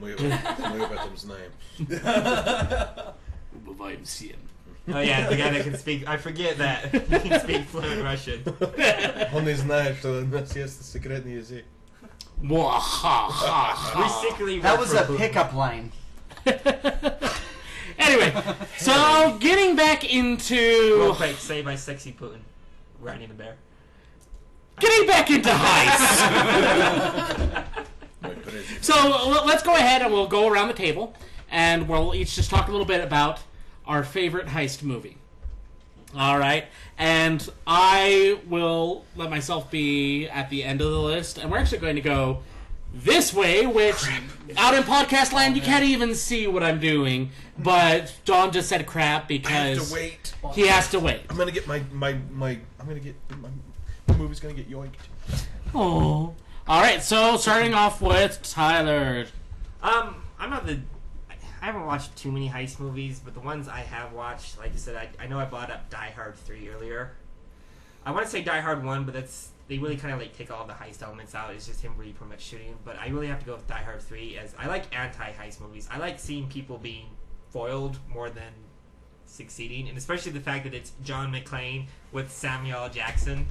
D: we- we about them's name.
F: Oh yeah, the guy that can speak. I forget that he can speak fluent Russian.
D: Он не знает, что у нас есть секретный язык.
F: We secretly
E: That
F: work
E: was
F: for
E: a
F: Putin.
E: pickup line.
B: anyway, so getting back into
F: Real quick, say by sexy Putin, Riding the bear.
B: getting back into heists.
D: Wait, but it's-
B: so l- let's go ahead and we'll go around the table and we'll each just talk a little bit about our favorite heist movie. All right, and I will let myself be at the end of the list, and we're actually going to go this way, which out in podcast land you can't even see what I'm doing. But John just said crap
D: I have
B: because
D: to wait.
B: he has to wait.
D: I'm gonna get my my my. I'm gonna get my. The movie's gonna get yoinked.
B: Oh. All right, so starting off with Tyler.
F: Um, I'm not the. I haven't watched too many heist movies, but the ones I have watched, like I said, I, I know I brought up Die Hard three earlier. I want to say Die Hard one, but that's they really kind of like take all the heist elements out. It's just him really pretty much shooting. But I really have to go with Die Hard three, as I like anti-heist movies. I like seeing people being foiled more than succeeding, and especially the fact that it's John McClane with Samuel L. Jackson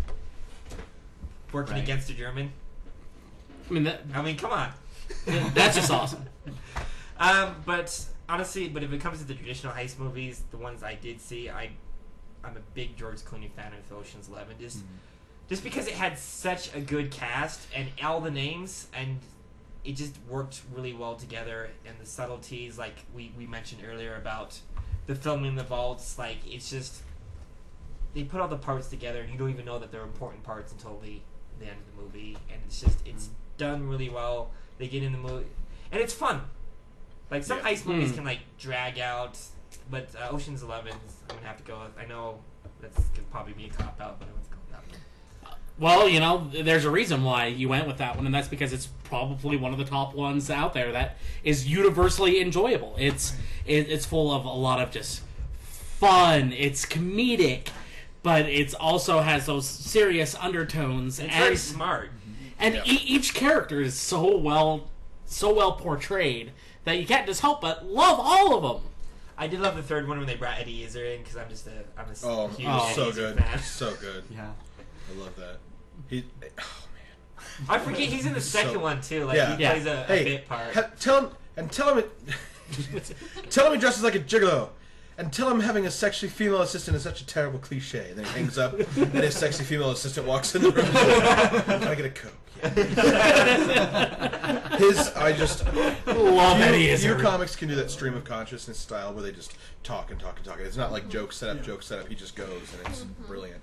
F: working
E: Right.
F: against a German.
B: I mean, that,
F: I mean, come on.
B: that's just awesome.
F: Um, but honestly, but if it comes to the traditional heist movies, the ones I did see, I, I'm a big George Clooney fan of Ocean's Eleven. Just, just because it had such a good cast and all the names, and it just worked really well together. And the subtleties, like we we mentioned earlier about the filming the vaults, like it's just they put all the parts together, and you don't even know that they're important parts until the the end of the movie. And it's just it's done really well. They get in the movie, and it's fun. Like some
D: Yeah.
F: heist movies
B: Hmm.
F: can like drag out, but uh, Ocean's Eleven, I'm gonna have to go. with. I know that's gonna probably be a cop out, but I'm gonna go with that one.
B: Well, you know, there's a reason why you went with that one, and that's because it's probably one of the top ones out there that is universally enjoyable. It's it, it's full of a lot of just fun. It's comedic, but it's also has those serious undertones
F: It's
B: and
F: very smart.
B: and
D: Yeah.
B: e- each character is so well so well portrayed that you can't just help but love all of them.
F: I did love the third one when they brought Eddie Izzard in because I'm just a I'm a s-
D: Oh,
F: huge
D: oh,
F: Eddie
D: so
F: Izzard
D: good,
F: fan.
D: so good.
E: Yeah.
D: I love that. He, oh
F: I forget he's in the second
D: So-
F: one too. Like
D: Yeah.
F: he
B: Yeah.
F: plays a, a
D: man. Hey,
F: bit part.
D: ha- tell him and tell him it. tell him he dresses like a gigolo, and tell him having a sexy female assistant is such a terrible cliche. And then he hangs up, and his sexy female assistant walks in the room. Can I get a coke? Yeah. His, I just
B: Love
D: few,
B: Eddie
D: few
B: Izzard.
D: comics can do that stream of consciousness style where they just talk and talk and talk. It's not like joke setup, joke setup. He just goes, and it's brilliant.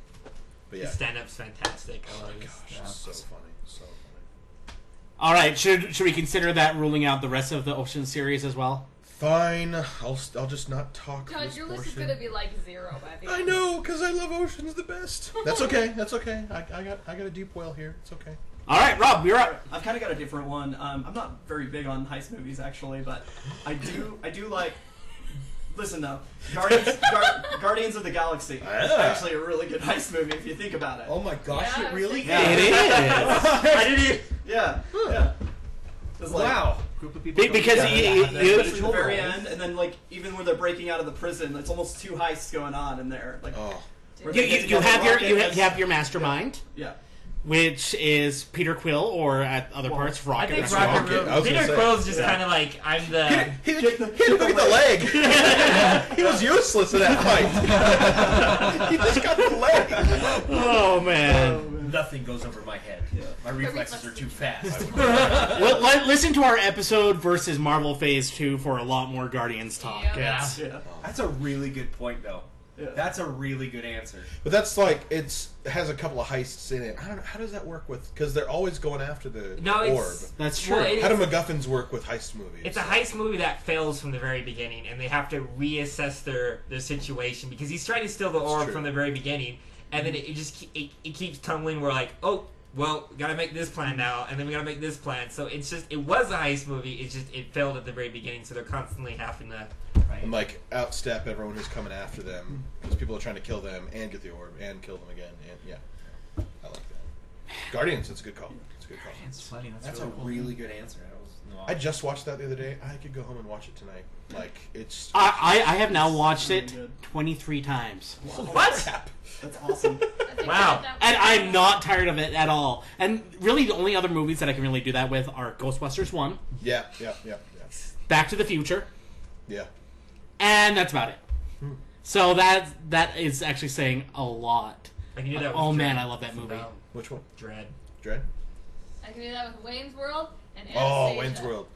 D: But yeah,
F: His stand up's fantastic. I love his
D: gosh,
F: stuff.
D: it's so funny, so funny.
B: All right, should should we consider that ruling out the rest of the Ocean series as well?
D: Fine, I'll, st- I'll just not talk. for
C: John,
D: this
C: your list is
D: portion.
C: gonna be like zero by the
D: I
C: end.
D: know, because I love oceans the best. That's okay, that's okay. I, I, got, I got a deep well here. It's okay.
B: All right, Rob, you're up.
H: I've kind of got a different one. Um, I'm not very big on heist movies actually, but I do I do like. Listen though, Guardians, Gar- Guardians of the Galaxy is
D: Ah.
H: actually a really good heist movie if you think about it.
G: Oh my gosh,
C: Yeah,
G: it really
C: I
B: It
G: is.
B: is
F: I didn't even.
H: Yeah, yeah. It's like-
G: Wow.
E: Group of people.
B: Be- because
H: Yeah,
B: he-
H: yeah,
B: he-
H: yeah.
B: he-
H: especially at the very end, and then like even when they're breaking out of the prison, it's almost two heists going on in there. Like,
D: Oh,
H: where
B: you,
H: they
B: you,
H: get
B: you
H: together,
B: have your
H: Rocket
B: you have,
H: has-
B: you have your mastermind,
H: yeah.
B: which is Peter Quill or at other parts
F: I
B: Rocket.
F: think
B: Raccoon.
F: Rocket
D: Rocket, I was gonna
F: Peter
D: say.
F: Quill's just kind of like I'm the.
D: he, he, didn't look at the leg. he was useless in that fight. he just got the leg.
B: Oh man!
G: Nothing goes over my head. My reflexes are too fast.
B: Well, li- listen to our episode versus Marvel Phase Two for a lot more Guardians talk.
C: Yeah.
B: It's-
H: Yeah.
G: That's a really good point, though.
H: Yeah.
G: That's a really good answer.
D: But that's like it's it has a couple of heists in it. I don't know how does that work with because they're always going after the
F: No,
D: orb.
F: it's
B: That's true.
F: well, it
D: How do
F: is-
D: MacGuffins work with heist movies?
F: It's a heist movie that fails from the very beginning, and they have to reassess their their situation because he's trying to steal the orb
D: true.
F: from the very beginning, and then it, it just ke- it, it keeps tumbling. We're like, oh, well, gotta make this plan now, and then we gotta make this plan. So it's just it was a heist movie. It's just it failed at the very beginning, so they're constantly having to.
D: and like outstep everyone who's coming after them because people are trying to kill them and get the orb and kill them again and yeah, I like that. Guardians, that's a good call. It's a good call.
E: It's funny. That's,
G: That's a
E: really cool.
G: really good answer. I was
D: I just watched that the other day. I could go home and watch it tonight. Like it's
B: I, I I have now watched
H: really
B: it
H: good.
B: 23 times,
F: What?
H: That's awesome.
C: I think
F: Wow.
C: I did that
B: and
C: one.
B: I'm not tired of it at all. And really, the only other movies that I can really do that with are Ghostbusters One,
D: yeah, yeah, yeah, yeah,
B: Back to the Future,
D: yeah.
B: and that's about it. So that that is actually saying a lot.
F: I can do that. With
B: Oh, man,
F: Dread.
B: I love that movie.
F: About
D: Which one?
F: Dread.
D: Dread.
C: I can do that with Wayne's World and Anastasia.
D: Oh, Wayne's World.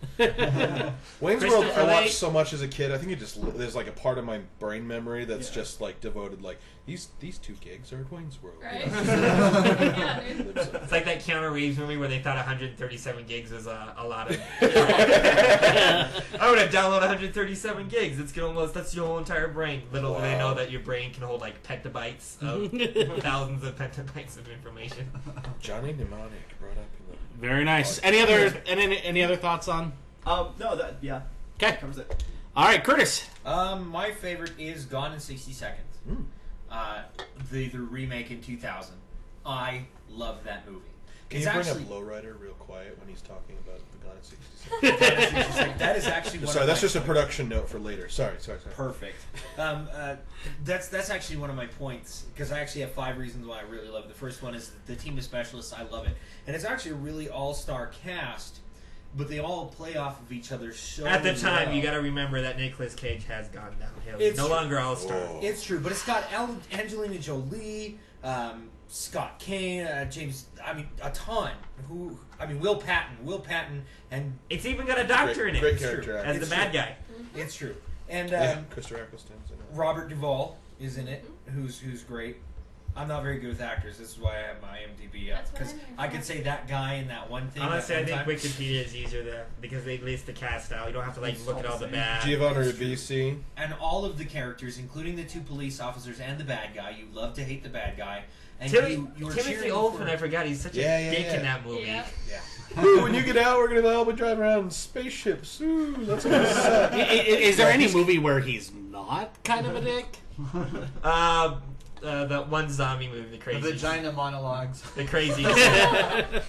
D: Wayne's World. I
F: Christopher Lee.
D: watched so much as a kid. I think it just there's like a part of my brain memory that's
H: Yeah.
D: just like devoted. Like these these two gigs are at Wayne's World.
C: Right?
D: Yeah.
C: yeah, dude.
F: It's like that Keanu Reeves movie where they thought 137 gigs was uh, a, a lot of. I'm gonna download 137 gigs. It's gonna almost that's your whole entire brain. Little do they
D: Wow.
F: know that your brain can hold like petabytes of thousands of petabytes of information.
D: Johnny Mnemonic brought up in the
B: Very nice. Any other any any other thoughts on?
H: Um, no, that yeah,
B: Okay.
H: that covers it.
B: All right, Curtis.
G: Um, my favorite is Gone in 60 Seconds.
D: Hmm.
G: Uh, the, the remake in 2000. I love that movie.
D: Can
G: it's
D: you bring
G: actually,
D: up Lowrider real quiet when he's talking about the Gone in 60
G: that is actually one
D: Seconds? Sorry,
G: of
D: that's
G: my
D: just a
G: favorites.
D: production note for later. Sorry, sorry, sorry.
G: Perfect. Um, uh, that's that's actually one of my points because I actually have five reasons why I really love it. The first one is the team of specialists. I love it, and it's actually a really all star cast, but they all play off of each other so.
F: At the time,
G: well.
F: you gotta remember that Nicolas Cage has gone downhill. He's
G: It's
F: no
G: true.
F: longer all star.
D: Whoa.
G: It's true, but it's got Al- Angelina Jolie, um, Scott Kane, uh, James. I mean, a ton. Who? I mean, Will Patton. Will Patton, and
F: It's even got a doctor
D: Great-
F: in it
D: great
G: It's
D: character
G: true.
D: actor.
F: as the
G: It's
F: bad
G: true.
F: guy.
G: it's true. And um,
D: Yeah, Christopher Eccleston's in it.
G: Robert Duvall is in it, who's who's great. I'm not very good with actors. This is why I have my IMDb up
C: That's what
G: because
C: I'm here
G: I
C: for.
G: could say that guy and that one thing. that
F: Honestly, I
G: one
F: think
G: time.
F: Wikipedia is easier there because they list the cast out. You don't have to like
H: It's
F: look
H: all
F: at
H: the
F: all the
H: same.
F: bad.
D: Giovanni Ribisi.
G: and all of the characters, including the two police officers and the bad guy, you love to hate the bad guy, and
F: Timmy,
G: you you were
F: Timothy
G: cheering
F: Olyphant,
G: for-
F: I forgot he's such
D: Yeah,
F: a
D: yeah,
F: dick
D: yeah.
F: in that movie.
C: Yeah.
G: Yeah.
D: Ooh, when you get out, we're gonna all be driving around in spaceships. Ooh, that's gonna
B: I-
D: suck.
B: I- Is there any movie where he's not kind of a dick?
F: Uh, uh, the one zombie movie, the
E: The
F: crazy,
E: vagina monologues.
F: the crazy.
D: I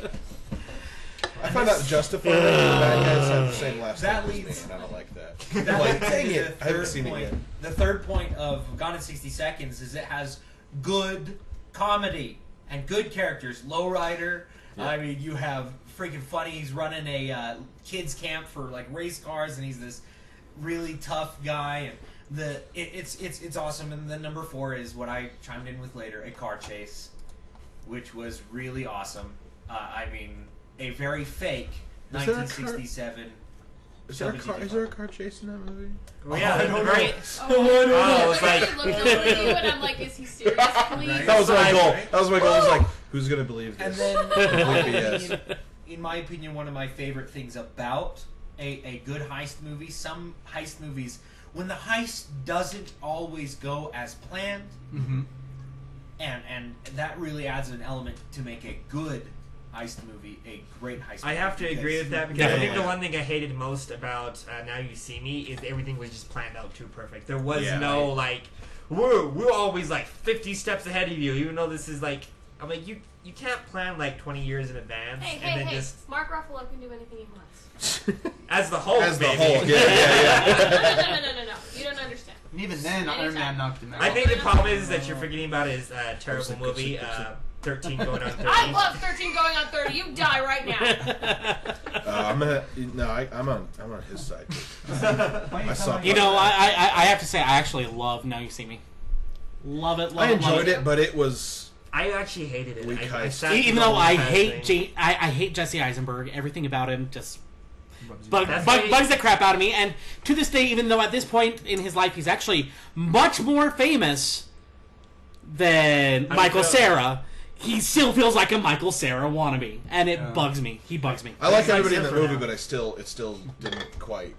D: I found out Justified and the bad guys have the same last
G: That
D: name
G: leads-
D: as me, and I don't like that.
G: That
D: like,
G: leads
D: dang
G: into
D: it,
G: the
D: I haven't
G: third
D: seen
G: point.
D: it yet.
G: The third point of Gone in 60 Seconds is it has good comedy and good characters. Lowrider, I mean, you have freaking funny. He's running a uh, kids camp for like race cars, and he's this really tough guy. And the it, it's it's it's awesome. And then number four is what I chimed in with later: a car chase, which was really awesome. Uh, I mean, a very fake
D: Is there a car-
G: 1967.
D: Is there, a
G: Somebody
D: car,
G: did
D: is
G: that.
D: there a car chase in that movie?
G: Oh, yeah,
F: I don't know.
C: Oh,
F: Oh, it's
C: I
F: like
C: literally looked over at you and I'm like, is he serious? Please.
G: Right.
D: That was my
F: Right.
D: goal. That was my goal. I was like, who's gonna believe
G: And
D: this?
G: then,
D: Completely
G: in, in my opinion, one of my favorite things about a, a good heist movie, some heist movies, when the heist doesn't always go as planned,
F: Mm-hmm.
G: and and that really adds an element to make a good heist movie a great heist.
F: I have to
G: movie
F: agree with that because I think
B: Definitely.
F: the one thing I hated most about uh, Now You See Me is everything was just planned out too perfect. There was
D: Yeah.
F: no like we're we're always like fifty steps ahead of you, even though this is like I'm like you you can't plan like twenty years in advance
C: Hey,
F: and
C: hey,
F: then
C: hey.
F: just
C: Mark Ruffalo can do anything he wants.
F: as the whole
D: As the
F: baby.
D: whole, yeah, yeah, yeah.
C: no, no, no, no, no, no, no. You don't understand.
E: And even then, Iron Man knocked him out.
F: I think the problem is that you're forgetting about is uh, terrible movie uh, thirteen going on thirteen.
C: I love 13 going on 30. You die right now.
D: Uh, I'm gonna, no, I, I'm on, I'm on his side. I saw.
B: You know, I, I I- I have to say, I actually love Now You See Me. Love it. Love
D: I
B: it, love
D: enjoyed it, but it was.
F: I actually hated it.
D: Weak
F: I, I
D: heist.
F: sat
B: E- Even
F: through the
B: though
F: whole
B: I
F: entire
B: hate
F: thing.
B: J- I, I hate Jesse Eisenberg, everything about him just bug,
F: That's
B: bug,
F: why-
B: bugs the crap out of me. And to this day, even though at this point in his life he's actually much more famous than Michael
F: feel-
B: Sarah, he still feels like a Michael Sarah wannabe, and it bugs me. He bugs me.
D: I like
F: It's like
D: everybody in that
F: Zephyr
D: movie,
F: now.
D: but I still, it still didn't quite.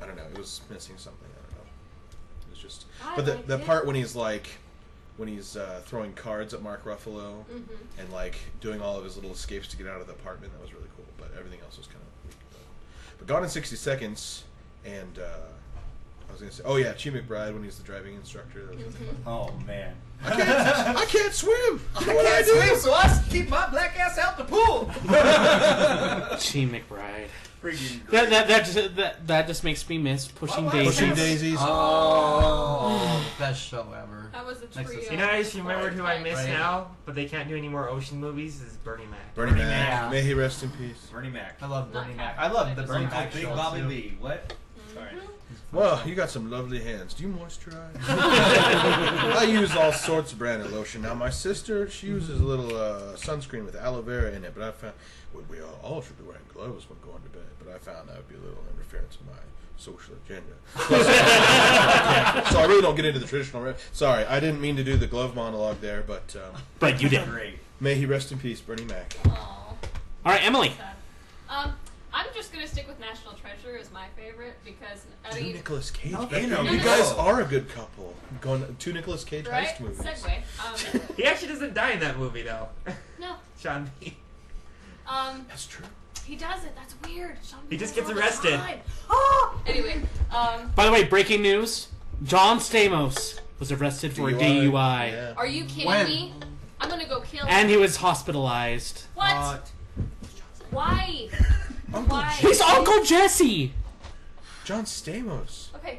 D: I don't know. It was missing something. I don't know. It was just.
C: I
D: But the,
C: liked
D: the
C: it.
D: part when he's like, when he's uh, throwing cards at Mark Ruffalo, and like doing all of his little escapes to get out of the apartment, that was really cool. But everything else was kind of. Weak, but, but Gone in sixty seconds, and uh, I was gonna say, oh yeah, Chi McBride when he's the driving instructor. That was really fun.
G: Oh man.
D: I can't, I can't swim. You know what I
G: Can't
D: do?
G: swim, so I s- keep my black ass out the pool.
B: Gene McBride.
G: Freaking
B: That that that just, that, that just makes me miss Pushing
G: Why- why-
B: Daisies.
D: Pushing daisies.
E: Oh, best show ever.
C: That was a
E: Makes
C: trio.
E: us-
F: You know, I just remembered who I miss
E: Right.
F: now, but they can't do any more ocean movies. Is Bernie Mac.
D: Bernie Mac.
E: Mac.
D: May he rest in peace.
G: Bernie Mac.
E: I love
C: Not
E: Bernie Mac.
C: Catholic,
E: I love the
C: but
E: Bernie
C: it's
G: Uncle
E: Mac
G: Big
E: show,
G: Bobby
E: too.
G: Lee. What? Sorry.
D: Well, you got some lovely hands. Do you moisturize? I use all sorts of branded lotion. Now, my sister, she uses a little uh, sunscreen with aloe vera in it, but I found well, we all, all should be wearing gloves when going to bed, but I found that would be a little interference with my social agenda. Plus, so I really don't get into the traditional. Re- Sorry, I didn't mean to do the glove monologue there, but um,
B: But you did.
G: Great.
D: may he rest in peace, Bernie Mac.
C: Aw.
B: All right, Emily.
C: Um, I'm just gonna stick with National Treasure as my favorite because I
D: Two
C: mean,
D: Nicolas Cage.
G: Okay,
D: back-
G: now
D: you
C: we
D: guys
G: know.
D: are a good couple. Going two Nicolas Cage
C: right?
D: heist movies.
C: Segway. Um,
F: He actually doesn't die in that movie though.
C: no.
F: Sean Bean.
C: Um,
D: That's true.
C: he doesn't. That's weird. Sean
F: He just
C: does
F: gets
C: it all the
F: arrested.
C: time. Ah! Anyway, um,
B: By the way, breaking news: John Stamos was arrested for a DUI,
D: Yeah.
C: are you kidding
E: When?
C: me? I'm gonna go kill him.
B: and he was hospitalized.
C: what?
D: Uh,
C: Why? Why?
B: He's Uncle Jesse.
D: John Stamos.
C: Okay,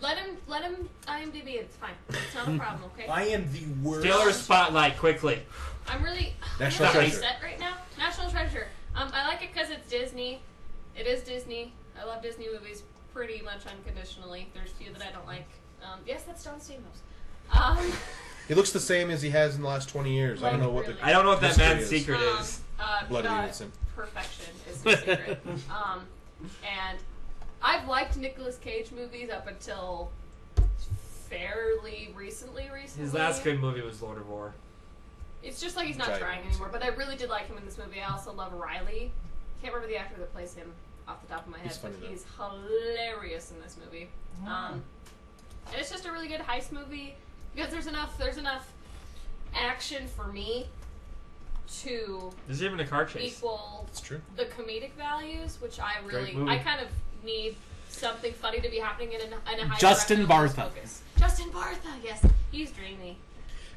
C: let him. Let him. IMDb. it, It's fine. It's not a problem. Okay.
G: I am the worst.
F: Taylor spotlight quickly.
C: I'm really
D: National
C: I'm really
D: Treasure.
C: upset right now. National Treasure. Um, I like it because it's Disney. It is Disney. I love Disney movies pretty much unconditionally. There's few that I don't like. Um, yes, that's John Stamos. Um,
D: He looks the same as he has in the last 20 years. I don't know what the.
F: I don't know what that
D: Mystery
F: man's
D: is.
F: secret
C: um,
F: is.
C: uh,
D: Bloody
C: uh,
D: innocent.
C: perfection is the secret. um, and I've liked Nicolas Cage movies up until fairly recently. Recently,
F: His last good movie was Lord of War.
C: It's just like he's not
D: Right.
C: trying anymore. But I really did like him in this movie. I also love Riley. Can't remember the actor that plays him off the top of my head,
D: He's funny,
C: but
D: though.
C: he's hilarious in this movie. Um, and it's just a really good heist movie because there's enough there's enough action for me to
F: There's even a car chase.
C: equal
D: It's true.
C: the comedic values, which I
F: Great
C: really
F: movie.
C: I kind of need something funny to be happening in a, in a high
B: Justin
C: direction,
B: Bartha.
C: focus. Justin Bartha, yes, he's dreamy.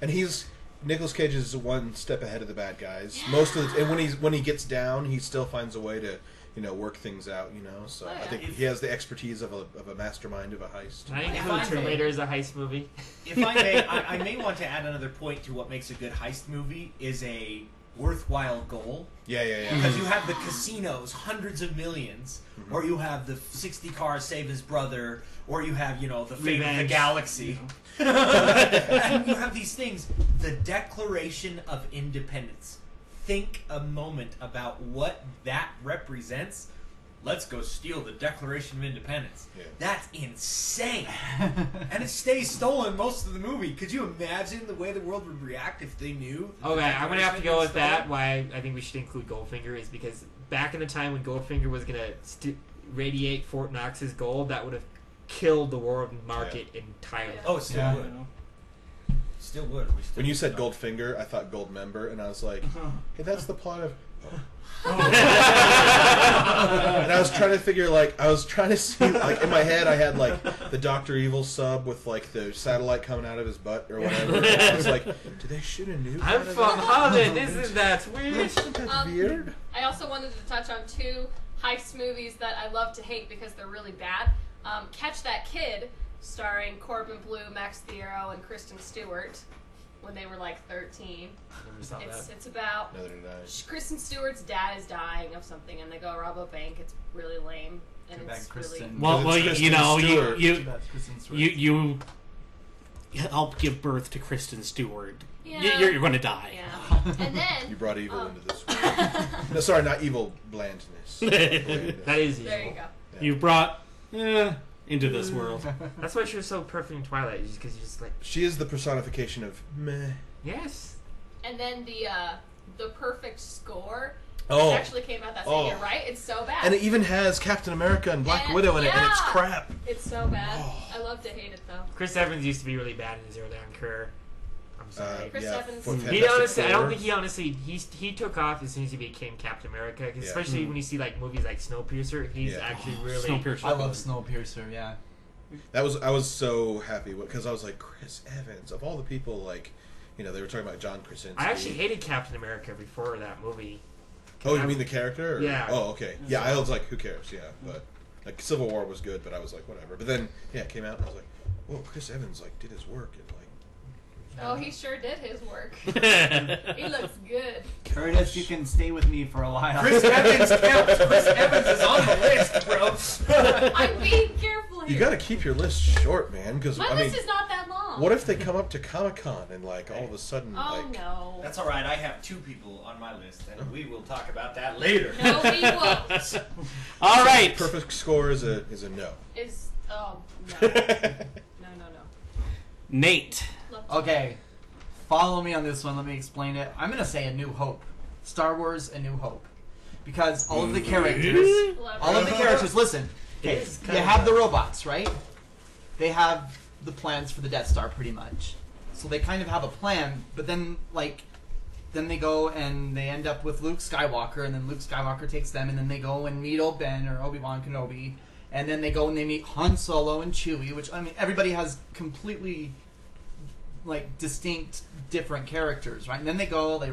D: And he's Nicolas Cage is one step ahead of the bad guys. Most of the, and when he's when he gets down, he still finds a way to you know work things out. You know, so
C: Oh, yeah.
D: I think he has the expertise of a, of a mastermind of a heist.
F: I
G: If
F: include
G: I may-
F: Terminator as a heist movie.
G: If I may, I, I may want to add another point to what makes a good heist movie is a worthwhile goal.
D: Yeah, yeah, yeah.
G: Because you have the casinos, hundreds of 1000000s or you have the 60 cars save his brother, or you have, you know, the fate of the
F: Revenge.
G: galaxy. and you have these things. The Declaration of Independence. Think a moment about what that represents. Let's go steal the Declaration of Independence.
D: Yeah.
G: That's insane. and it stays stolen most of the movie. Could you imagine the way the world would react if they knew? the
F: Okay, I'm gonna have to
G: Declaration
F: go
G: was
F: with that.
G: stolen?
F: Why I think we should include Goldfinger is because back in the time when Goldfinger was gonna st- radiate Fort Knox's gold, that would have killed the world market entirely.
C: Yeah.
G: Oh, it still
E: Yeah.
G: would. Still would. We still
D: When you said Goldfinger, I thought Goldmember, and I was like, hey, that's the plot of. and I was trying to figure, like, I was trying to see, like, in my head, I had like the Doctor Evil sub with like the satellite coming out of his butt or whatever. And I was like, do they shoot a nuke? out
F: I'm
D: of
F: from
D: that?
F: Holland. Isn't that weird?
D: Isn't that
C: Um,
D: weird?
C: I also wanted to touch on two heist movies that I love to hate because they're really bad. Um, Catch That Kid, starring Corbin Blue, Max Thiero, and Kristen Stewart, when they were like 13.
F: Never saw
C: It's,
F: that.
C: it's about
D: Neither did I.
C: sh- Kristen Stewart's dad is dying of something, and they go rob a bank. It's really lame, and
E: Too bad
C: it's really
E: Kristen-
B: Well,
D: it's
B: well, you- you
D: Kristen
B: know, you,
D: Stewart.
B: you
E: That's Kristen Stewart.
B: you you help give birth to Kristen Stewart.
C: yeah.
B: You- You're, you're going to die.
C: yeah. and
D: You
C: then
D: brought evil
C: Um.
D: into this. One. No, sorry, not evil blandness.
F: That is evil.
C: there you go.
B: you brought eh, into
C: Mm.
B: this world.
F: That's why she was so perfect in Twilight, just because you're just like,
D: She is the personification of meh.
F: yes.
C: And then the uh, the perfect score.
D: Oh.
C: It actually came out that same
D: Oh.
C: year, right? It's so bad.
D: And it e- even has Captain America and Black
C: Yeah,
D: Widow in it, and it's
C: yeah.
D: crap.
C: It's so bad.
D: Oh.
C: I love to hate it though.
F: Chris Evans used to be really bad in his early on career. I'm
D: Uh,
F: sorry.
C: Chris
D: yeah,
C: Evans.
D: for
C: He
F: he
D: Fantastic
F: honestly, I
D: Four.
F: don't think he honestly he he took off as soon as he became Captain America. 'cause
D: Yeah.
E: Mm.
F: Especially when you see like movies like Snowpiercer, he's
D: Yeah.
F: actually really.
B: Snowpiercer.
E: I love Snowpiercer. Yeah.
D: That was I was so happy because I was like Chris Evans of all the people like you know they were talking about John Krasinski.
F: I actually hated Captain America before that movie.
D: Oh, you
F: I-
D: mean the character? Or-
F: Yeah.
D: Oh, okay. Yeah, I was like, who cares? Yeah, but like Civil War was good, but I was like, whatever. But then yeah, it came out and I was like, whoa, Chris Evans like did his work and like
C: Oh, he sure did his work. he looks good.
E: Curtis, you can stay with me for a while.
G: Chris Evans counts. Chris Evans is on the list, bro.
C: I'm being careful here.
D: you got to keep your list short, man. Because
C: My
D: I mean,
C: list is not that long.
D: what if they come up to Comic Con and like all of a sudden
C: Oh
D: like
C: no.
G: That's all right. I have two people on my list, and we will talk about that later.
C: No, he won't.
B: All right.
D: perfect score is a is a no.
C: Is oh no no no no.
B: Nate.
C: Love to-
E: Okay, follow me on this one. Let me explain it. I'm gonna say A New Hope, Star Wars: A New Hope, because all of the characters,
C: love
E: all of the characters. Listen, okay,
F: is
E: you
F: kinda-
E: have the robots, right? They have the plans for the Death Star, pretty much. So they kind of have a plan, but then like, then they go and they end up with Luke Skywalker, and then Luke Skywalker takes them, and then they go and meet Old Ben or Obi Wan Kenobi. And then they go and they meet Han Solo and Chewie, which I mean, everybody has completely like distinct different characters, right? And then they go, they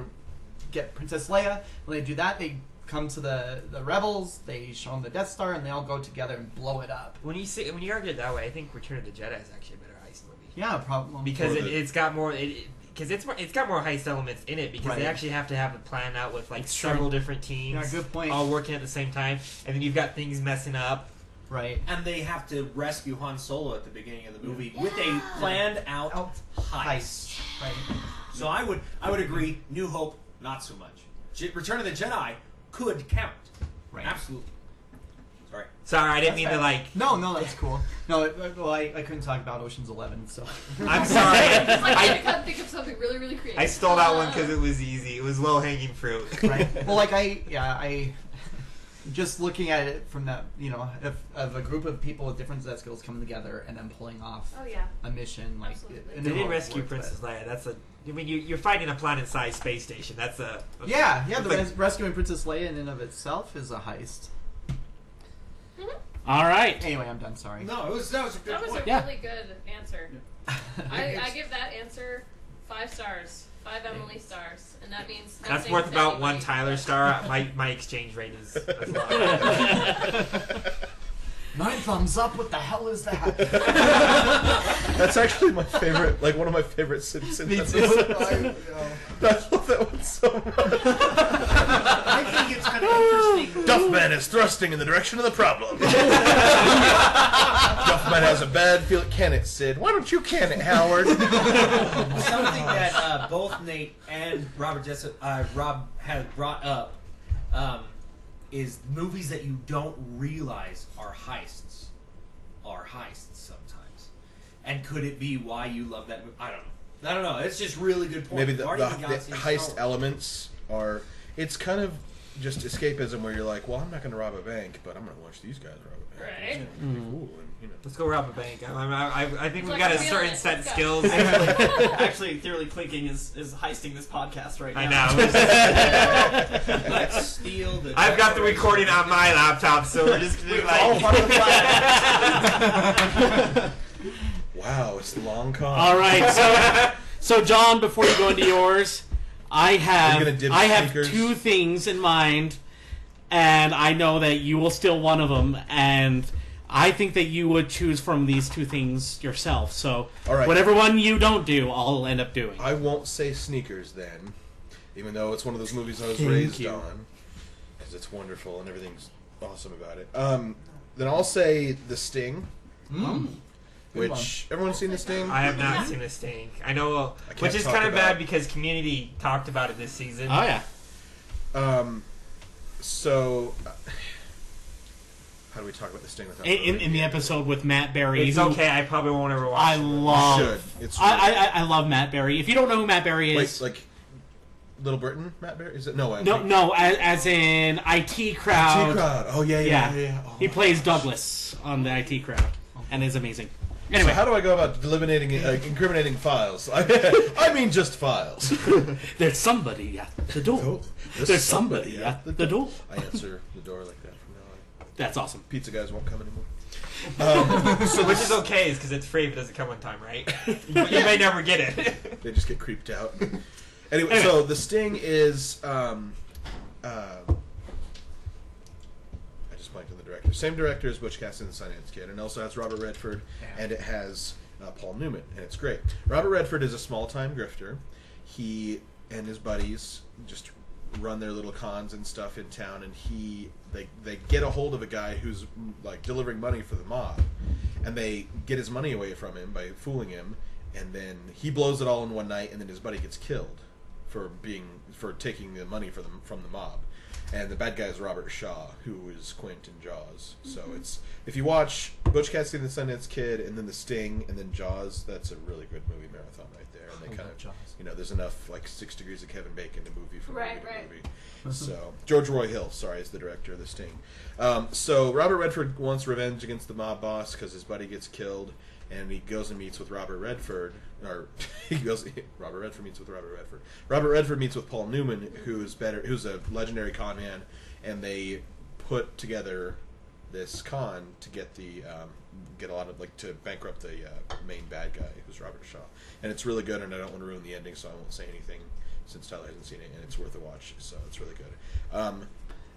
E: get Princess Leia. When they do that, they come to the the rebels. They show them the Death Star, and they all go together and blow it up.
F: When you see when you argue it that way, I think Return of the Jedi is actually a better heist movie
E: Yeah, problem
F: because
D: Or
F: it,
D: the-
F: it's got more. It, because it's more, it's got more heist elements in it because
E: Right.
F: they actually have to have a plan out with like
E: It's
F: several
E: true.
F: different teams
E: Yeah, good point.
F: all working at the same time and then you've got things messing up
E: right.
G: And they have to rescue Han Solo at the beginning of the movie with a planned out
E: Out
G: heist.
E: Heist, right?
G: So I would I would agree. New Hope, not so much. Je- Return of the Jedi could count.
E: Right.
G: Absolutely. Sorry.
F: sorry I didn't mean to like
E: No, no, that's cool. No, it, well, I, I couldn't talk about Ocean's Eleven, so
F: I'm sorry
C: It's like I
F: I,
C: had to come think of something really really creative. Uh,
F: I stole that one because it was easy it was low hanging fruit
E: right. Well, like I, yeah, I. Just looking at it from that, you know, of, of a group of people with different set skills coming together and then pulling off
C: Oh yeah.
E: a mission like
C: Absolutely.
E: in
F: they
E: a
F: did
E: world
F: rescue
E: war,
F: Princess Leia that's a I mean you, you're fighting a planet sized space station that's a
E: but- Yeah, yeah.
F: It's
E: The
F: like-
E: res- rescuing Princess Leia in and of itself is a heist.
C: Mm-hmm.
B: All right.
E: Anyway, I'm done. Sorry.
G: No, it was that was a good
C: That was a
G: point.
B: Yeah.
C: really good answer. I, I give that answer Five stars. Five Emily stars. And that means.
F: That's
C: nothing
F: worth
C: to
F: about one
C: anybody.
F: Tyler star. My my exchange rate is. That's a lot.
E: Nine thumbs up. What the hell is that?
D: That's actually my favorite, like one of my favorite Simpsons.
E: Me too.
D: episodes.
E: I, you know,
D: I love that one so much.
G: I think it's kind of interesting.
D: Duffman is thrusting in the direction of the problem. Duffman has a bad feeling. Can it, Sid? Why don't you can it, Howard?
G: something that uh, both Nate and Robert Jess uh, Rob had brought up um, is movies that you don't realize are heists are heists sometimes. And could it be why you love that movie? I don't know. I don't know. It's just really good point.
D: Maybe the,
G: Guardians
D: the-
G: of
D: the
G: Galaxy and Star
D: heist
G: Wars.
D: elements are. It's kind of just escapism where you're like, well, I'm not going to rob a bank, but I'm going to watch these guys rob a bank.
C: Right.
D: It's gonna be cool, and, you know.
F: Let's go rob a bank. I, I, I, I think we've
C: Look,
F: got a
C: I'm feeling
F: certain
C: it.
F: set
C: Let's go.
F: skills.
E: Actually-
H: Actually, Thoroughly Clinking is, is heisting this podcast right now.
F: I know.
G: Let's steal the.
F: I've got the recording on my laptop, so we're just gonna do like.
E: all part of the
D: Wow, it's the long con.
B: All right, so so John, before you go into yours, I
D: We're gonna
B: have
D: dip
B: I have
D: sneakers.
B: two things in mind, and I know that you will steal one of them, and I think that you would choose from these two things yourself. So
D: All right.
B: whatever one you don't do, I'll end up doing.
D: I won't say sneakers then, even though it's one of those movies I was
B: Thank
D: raised
B: you.
D: on, because it's wonderful and everything's awesome about it. Um, then I'll say The Sting,
B: Mm.
E: Good
D: which everyone's seen The Sting.
F: I have not seen a stink. I know,
D: I can't
F: which is
D: talk
F: kind of
D: about-
F: bad because Community talked about it this season.
B: oh yeah,
D: Um, so uh, how do we talk about The Sting without?
B: in, in, in the
D: ruining it?
B: episode with Matt Berry,
F: It's
B: who
F: okay. I probably won't ever watch.
B: I
F: it.
B: love.
D: You should. It's
B: I, I- I I love Matt Berry. If you don't know who Matt Berry is,
D: wait like Little Britain, Matt Bear? Is it no? I
B: no,
D: think-
B: no, as, as in IT
D: T crowd. Oh yeah, yeah, yeah.
B: Yeah.
D: yeah. Oh,
B: He
D: my
B: plays
D: gosh.
B: Douglas on the IT crowd and is amazing.
D: So
B: Anyway,
D: how do I go about eliminating, uh, incriminating files? I, I mean, just files.
B: there's somebody at the door.
D: Oh,
B: There's, somebody, at the, door.
D: I answer the door like that from now on.
B: That's awesome.
D: Pizza guys won't come anymore.
F: So which is okay, is because it's free if it doesn't come on time, right? but you may never get it.
D: They just get creeped out. anyway, so the sting is. Um, uh, I just blanked on the director. Same director as Butch Cassidy and the Sundance Kid, and also has Robert Redford, and it has uh, Paul Newman, and it's great. Robert Redford is a small-time grifter. He and his buddies just run their little cons and stuff in town, and he they they get a hold of a guy who's mm, like delivering money for the mob, and they get his money away from him by fooling him, and then he blows it all in one night, and then his buddy gets killed for being for taking the money for them from the mob. And the bad guy is Robert Shaw, who is Quint in Jaws. So
C: Mm-hmm.
D: it's if you watch Butch Cassidy and the Sundance Kid, and then The Sting, and then Jaws, that's a really good movie marathon right there. And they kind of,
E: Jaws.
D: you know, there's enough like Six Degrees of Kevin Bacon to move you from
C: Right,
D: movie
C: right.
D: to movie. So George Roy Hill, sorry, is the director of The Sting. Um, so Robert Redford wants revenge against the mob boss because his buddy gets killed, and he goes and meets with Robert Redford. Or he goes, Robert Redford meets with Robert Redford. Robert Redford meets with Paul Newman, who is better, who's a legendary con man, and they put together this con to get the um, get a lot of like to bankrupt the uh, main bad guy who's Robert Shaw, and it's really good. And I don't want to ruin the ending, so I won't say anything since Tyler hasn't seen it, and it's worth a watch. So it's really good. Um,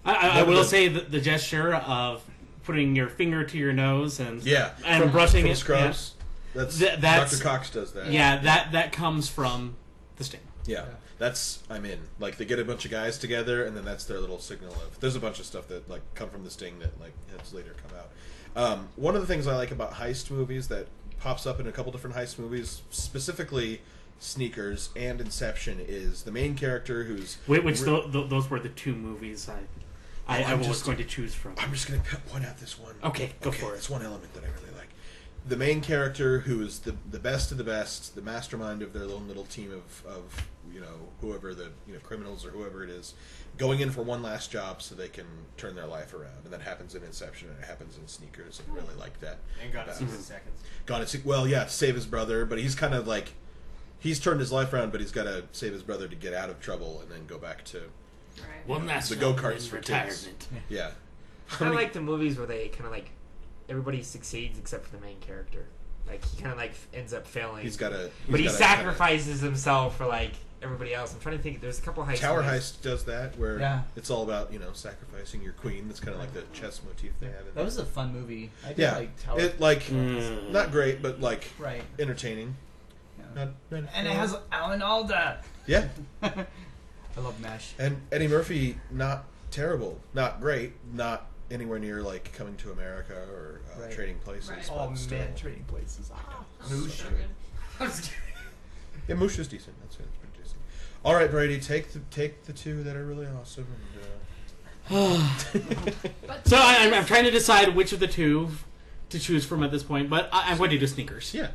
B: I, I, I
D: That
B: will
D: was-
B: say the, the gesture of putting your finger to your nose and
D: yeah,
B: and brushing
D: from
B: it.
D: Scrubs. That's,
B: Th- that's-
D: Dr. Cox does that.
B: Yeah. yeah, that that comes from the sting.
D: yeah. That's I'm in. Like they get a bunch of guys together, and then that's their little signal of. There's a bunch of stuff that like come from this thing that like has later come out. Um, one of the things I like about heist movies that pops up in a couple different heist movies, specifically Sneakers and Inception, is the main character who's
B: Which, which
D: re-
B: tho- tho- those were the two movies I I,
D: Oh,
B: I
D: I'm
B: was
D: just-
B: going to choose from.
D: I'm just gonna pe- point out this one.
B: Okay, go for it.
D: It's one element that I really like. The main character, who is the the best of the best, the mastermind of their own little team of, of you know whoever the you know criminals or whoever it is, going in for one last job so they can turn their life around, and that happens in Inception and it happens in Sneakers. I really like that.
G: And got
D: about-
G: it 60 seconds.
D: Got to well, yeah, to save his brother, but he's kind of like he's turned his life around, but he's got to save his brother to get out of trouble and then go back to
C: Right.
B: One
D: Yeah,
B: last
D: the
B: one
D: go-karts
B: in
D: for kids.
B: retirement.
D: yeah.
F: I like the movies where they kind of like everybody succeeds except for the main character.
J: Like he kind of like ends up failing.
D: He's got a.
J: but he
D: he's got a-
J: sacrifices himself for like everybody else. I'm trying to think. There's a couple heist.
D: Tower
J: movies.
D: Heist does that, where
E: Yeah.
D: it's all about you know sacrificing your queen. That's kind of like the chess motif they have. In
E: That
D: there.
E: was a fun movie. I did
D: yeah,
E: like Tower.
D: it like
B: Mm.
D: not great, but like
E: right.
D: entertaining.
E: Yeah.
D: Not, not-
E: And it has Alan Alda.
D: yeah,
E: I love Mesh.
D: and Eddie Murphy not terrible, not great, not anywhere near like Coming to America or uh,
E: Right.
D: Trading Places.
C: Right.
D: but
E: Oh
D: still-
E: man, Trading Places. Ah.
C: So good.
D: Yeah, Moosh is decent. That's good. It's pretty decent. All right, Brady, take the take the two that are really awesome. And, uh,
C: But
B: So I, I'm, I'm trying to decide which of the two to choose from at this point, but I, I'm going to do sneakers.
D: yeah,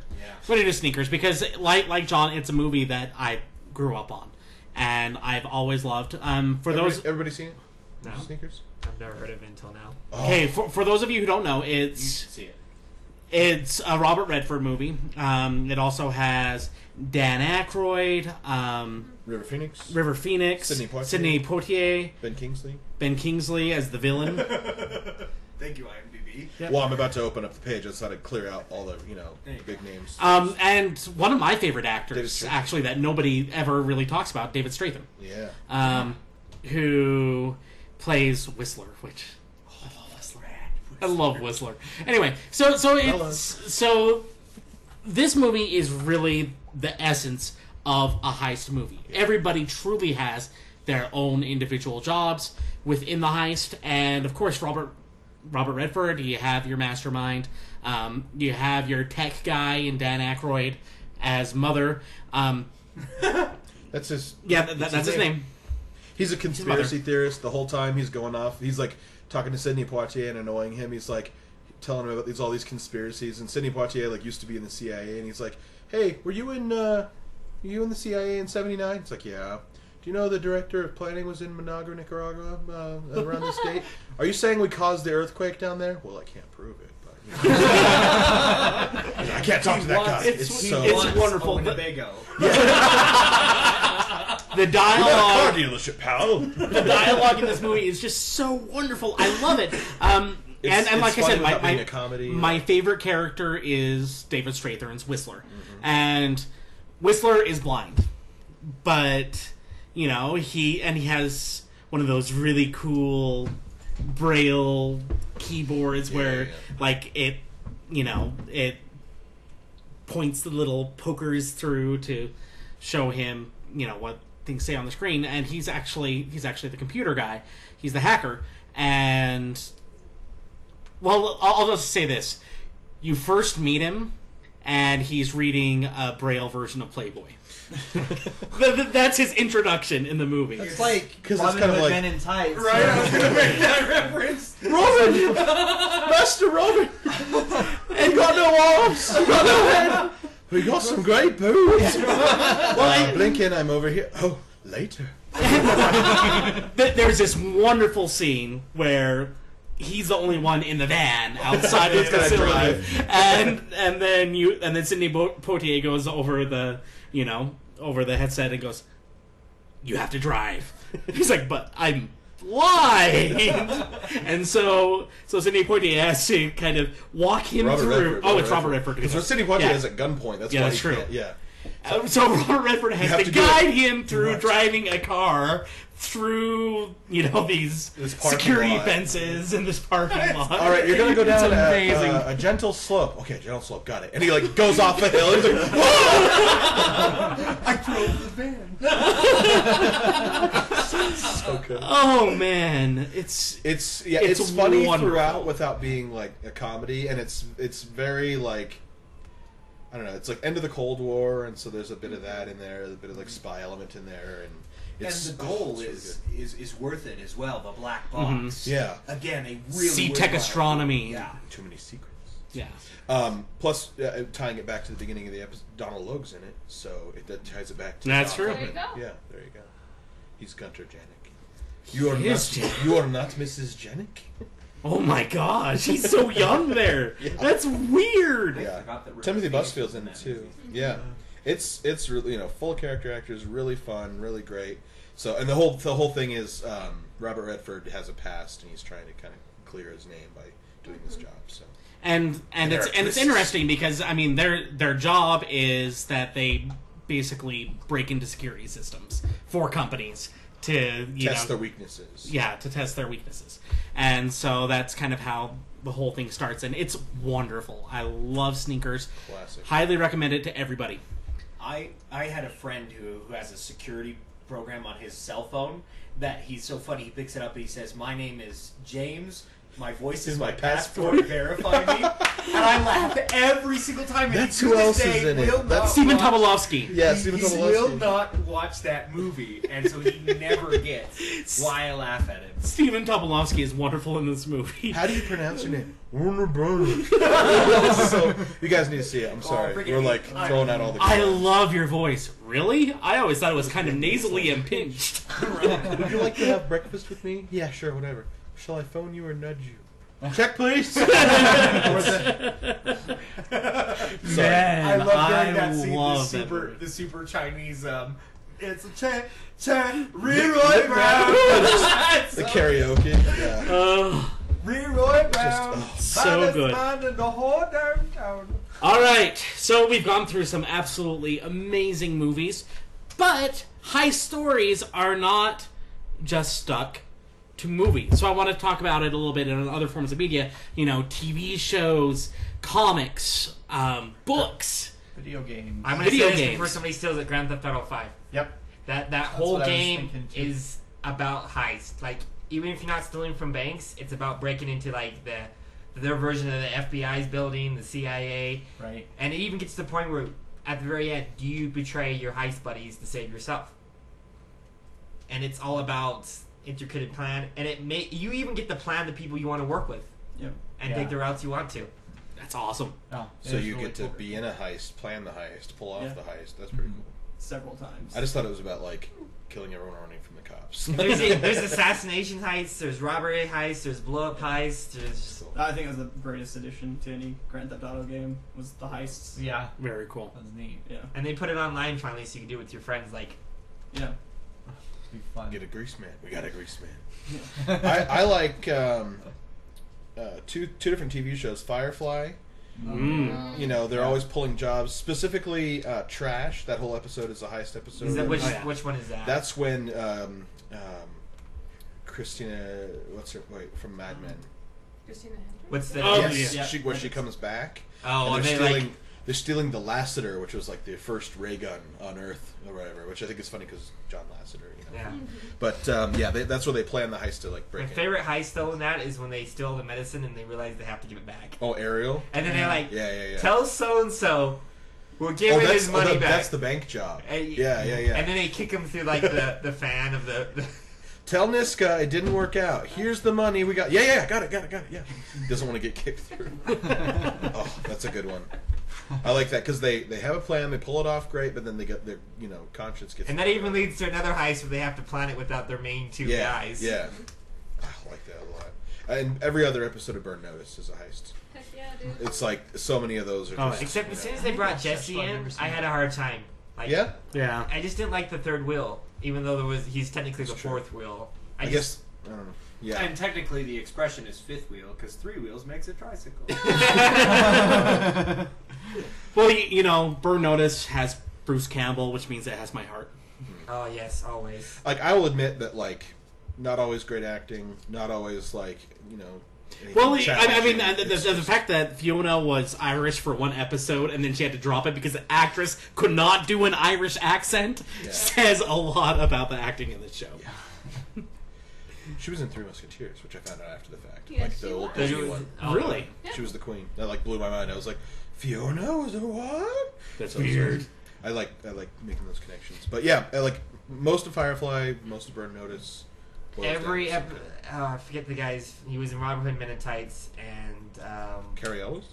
B: But it is sneakers because, like like John, it's a movie that I grew up on, and I've always loved. Um, for
D: everybody,
B: those,
D: everybody seen it?
J: No,
D: Sneakers.
J: I've never heard of it until now.
D: Oh,
B: okay, for, for those of you who don't know,
G: You should
B: it's
G: see it.
B: it's a Robert Redford movie. Um, it also has Dan Aykroyd, um,
D: River Phoenix.
B: River Phoenix,
D: Sidney Poitier.
B: Sidney Poitier,
D: Ben Kingsley.
B: Ben Kingsley as the villain.
G: Thank you, IMDb.
B: Yep.
D: Well, I'm about to open up the page. I just thought I'd clear out all the you know
G: There you go. Uh,
D: big names.
B: Um, and one of my favorite
D: David
B: actors,
D: Stratham.
B: actually, that nobody ever really talks about, David Stratham,
D: yeah,
G: uh,
B: um, who plays Whistler, which I love Whistler. Anyway, so so it's so this movie is really the essence of a heist movie. Everybody truly has their own individual jobs within the heist, and of course, Robert Robert Redford. You have your mastermind. Um, you have your tech guy in Dan Aykroyd as mother. Um,
D: that's his.
B: yeah, th- th- that's his name.
D: He's a
B: mother.
D: conspiracy theorist the whole time. He's going off. He's like talking to Sidney Poitier and annoying him. He's like telling him about these all these conspiracies. And Sidney Poitier like used to be in the CIA, and he's like, "Hey, were you in uh, were you in the CIA in '79?" It's like, "Yeah." Do you know the director of planning was in Managua, Nicaragua, uh, around this date? Are you saying we caused the earthquake down there? Well, I can't prove it, but you know. I can't talk to that guy.
B: It's-
D: It's,
B: he
D: so
B: It's
G: Once,
B: wonderful,
G: a
B: but-
G: Winnebago.
B: The
D: car
B: dialogue.
D: dealership, pal.
B: the dialogue in this movie is just so wonderful. I love it. Um,
D: It's-
B: and, and
D: it's
B: like I
D: funny
B: said, my,
D: without being
B: my,
D: a comedy. uh,
B: my favorite character is David Strathairn's Whistler.
D: Mm-hmm.
B: And Whistler is blind. But, you know, he, and he has one of those really cool braille keyboards where,
D: yeah, yeah.
B: like, it, you know, it points the little pokers through to show him, you know, what things say on the screen. And he's actually he's actually the computer guy. He's the hacker. And well, I'll, I'll just say this: you first meet him, and he's reading a braille version of Playboy. Th- th- That's his introduction in the movie.
E: It's like
D: 'Cause it's
E: Robin
D: kinda
E: Hood
D: like-
E: Men in Tights.
G: Right, I was gonna make that reference.
D: Robin! Master Robin! He got no arms! He got no head! We got some great boobs! well, Blinken, I'm over here. Oh, later.
B: Th- there's this wonderful scene where he's the only one in the van outside the
D: He's gotta
B: facility,
D: drive.
B: and and then you and then Sidney Bo- Poitier goes over the you know over the headset and goes, "You have to drive." He's like, "But I'm." blind," and so so Sidney Poitier has to kind of walk him
D: Robert
B: through.
D: Redford.
B: oh, it's Robert Redford.
D: Because City Watcher
B: Yeah.
D: has at gunpoint. That's
B: Yeah,
D: why
B: that's
D: he
B: true.
D: can't- Yeah.
B: Um, so Robert Redford has
D: have
B: to,
D: to do
B: guide him through
D: Right.
B: driving a car through you know these
D: This parking
B: security
D: lot.
B: fences in this parking lot.
D: All right, you're gonna go
B: It's
D: down a,
B: amazing.
D: uh, a gentle slope. Okay, gentle slope, got it. And he like goes off the hill. He's like, "Whoa!"
G: I drove the van.
D: Okay.
B: oh man, it's
D: It's yeah,
B: It's
D: it's, funny
B: wonderful.
D: throughout without being like a comedy, and it's it's very like I don't know, it's like end of the Cold War, and so there's a bit of
B: Mm-hmm.
D: that in there, a bit of like spy element in there, and it's
G: and the goal
D: oh, it's
G: is, is is worth it as well. The black
F: Mm-hmm.
G: box.
D: really good. yeah,
G: Again, a really
B: sea tech
G: worthwhile-
B: astronomy.
G: Yeah.
D: too many secrets.
B: yeah.
D: Um, plus uh, tying it back to the beginning of the episode, Donald Logue's in it, so it that ties it back to
B: That's
D: Don
B: true.
C: There you
D: Logue.
C: go.
D: Yeah, there you go. He's Gunter Janik. You are
B: He
D: not.
B: is Janik.
D: You are not Mrs. Janik.
B: Oh my gosh, he's so young there. That's weird.
D: Yeah.
G: forgot that River
D: Timothy
G: Phoenix
D: Busfield's
G: was in
D: in it
G: that
D: too.
G: movie.
D: Yeah, it's it's really you know full character actors, really fun, really great. So and the whole the whole thing is um, Robert Redford has a past and he's trying to kind of clear his name by doing this job. So
B: and and
D: They're
B: it's and it's
D: priests.
B: interesting because I mean their their job is that they basically break into security systems for companies to you
D: Test
B: know
D: their weaknesses.
B: yeah to test their weaknesses and so that's kind of how the whole thing starts and it's wonderful i love sneakers
D: Classic.
B: highly recommend it to everybody
G: I I had a friend who, who has a security program on his cell phone that he's so funny. He picks it up and he says, "My name is James. My voice is my passport. Verify me." And I laugh every single time. And
D: That's
G: to
D: who
G: this
D: else
G: day
D: is in it.
G: will not
D: That's
B: stephen
G: watch-
B: tobolowsky
D: Yeah,
G: he,
D: Stephen
G: he
D: Tobolowsky.
G: will not watch that movie, and so he never gets why I laugh at him.
B: stephen tobolowsky is wonderful in this movie
D: How do you pronounce your name? so, you guys need to see it. I'm sorry.
G: forget
D: We're
G: me.
D: like
G: Oh, I-
D: throwing out all the.
B: i love your voice really i always thought it was kind of nasally impinged
D: Would you like to have breakfast with me? Yeah, sure, whatever. Shall I phone you or nudge you? Check, please. Sorry.
B: Man,
G: I love
B: I
G: during that scene. The
B: love that
G: super,
B: movie.
G: the super Chinese. Um, it's a Chan Chan Leroy Brown.
D: the karaoke. Yeah.
B: Ugh.
G: Leroy Brown.
B: so
G: baddest
B: good.
G: man in the whole downtown.
B: All right, so we've gone through some absolutely amazing movies, but high stories are not just stuck to movies. So I want to talk about it a little bit in other forms of media, you know, TV shows, comics, um, books.
E: Video games.
F: I'm gonna
B: Video
F: say this
B: games.
F: before somebody steals it. Grand Theft Auto Five.
E: Yep.
F: That that whole
E: what I was
F: game
E: thinking, too.
F: is about heist. Like even if you're not stealing from banks, it's about breaking into like the their version of the FBI's building, the CIA,
E: Right.
F: and it even gets to the point where at the very end, do you betray your heist buddies to save yourself? And it's all about intricate plan, and it may you even get to plan the people you want to work with
E: Yep.
F: and
E: Yeah.
F: take the routes you want to.
B: That's awesome.
E: Oh, it
D: So
E: is
D: you
E: really
D: get to
E: cool.
D: be in a heist, plan the heist, pull off
H: Yeah.
D: the heist. That's pretty cool.
H: several times.
D: I just thought it was about like killing everyone running from the cops.
F: There's, there's assassination heists, there's robbery heists, there's blow up heists, there's
H: I think it was the greatest addition to any Grand Theft Auto game was the heists.
E: Yeah.
B: Very cool.
E: That was neat.
H: Yeah,
F: and they put it online finally, so you can do it with your friends. Like
H: yeah.
E: It'd be fun.
D: Get a grease man. We got a grease man. I, I like um, uh, two two different TV shows. Firefly.
B: Mm.
D: You know they're always pulling jobs. Specifically, uh, Trash. That whole episode is a heist episode.
F: is that which
B: Oh, yeah.
F: which one is that?
D: That's when um, um, Christina, what's her wait from Mad Men?
C: Christina Hendricks?
F: what's the
B: Oh,
D: yes,
B: yeah.
D: she, where she comes back.
F: oh
D: and
F: and
D: they're
F: they
D: stealing.
F: like
D: they're stealing the Lassiter, which was like the first ray gun on Earth or whatever. Which I think is funny because John Lassiter. You know.
F: yeah.
D: But um, yeah, they, that's where they plan the heist to like
F: My
D: break. in.
F: favorite heist though in that is when they steal the medicine and they realize they have to give it back,
D: Oh, Ariel.
F: and then they're like,
D: Yeah, yeah, yeah.
F: tell so and so, we'll give
D: oh,
F: him
D: that's
F: his
D: oh,
F: money
D: that-
F: back.
D: That's the bank job.
F: And-
D: yeah, yeah, yeah.
F: And then they kick him through like the, the fan of the, the
D: Tell Niska it didn't work out. Here's the money we got. Yeah, yeah, got it, got it, got it. Yeah. Doesn't want to get kicked through. oh, that's a good one. I like that because they they have a plan, they pull it off great, but then they get their you know conscience gets.
F: and that even leads to another heist where they have to plan it without their main two
D: yeah,
F: guys.
D: Yeah, I like that a lot. And every other episode of Burn Notice is a heist.
C: Heck yeah, dude.
D: It's like so many of those are.
B: Oh,
D: Just,
F: Except
D: you
F: as
D: know.
F: soon as they brought Jesse
E: why I've
F: in,
E: never seen
F: I had a hard time. Like,
D: yeah,
B: Yeah.
F: I just didn't like the third wheel, even though there was he's technically
D: That's
F: the
D: true.
F: fourth wheel. I,
D: I,
F: just,
D: guess. I don't know. Yeah.
G: And technically, the expression is fifth wheel because three wheels makes a tricycle.
B: Well, you, you know, Burn Notice has Bruce Campbell, which means it has my heart.
F: oh yes, always.
D: like I will admit that like not always great acting, not always like you know. anything
B: Well, I, I mean,
D: challenging.
B: the, the,
D: It's
B: the
D: just-
B: fact that Fiona was Irish for one episode and then she had to drop it because the actress could not do an Irish accent
D: Yeah.
B: says a lot about the acting in the show.
D: she was in Three Musketeers, which I found out after the fact,
C: Yeah,
D: like
C: she
D: the old
C: was.
D: Disney one.
F: Oh,
B: Really?
D: She was the queen. That like blew my mind. I was like, Fiona was a what?
B: That's
D: I was
B: weird.
D: like- I like I like making those connections, but yeah, I like most of Firefly, most of Burn Notice. boils down
F: Every
C: e-
D: to
F: ep-
D: something.
F: uh, I forget the guys. He was in Robin Hood Men in Tights, and um,
D: Carrie Ellis.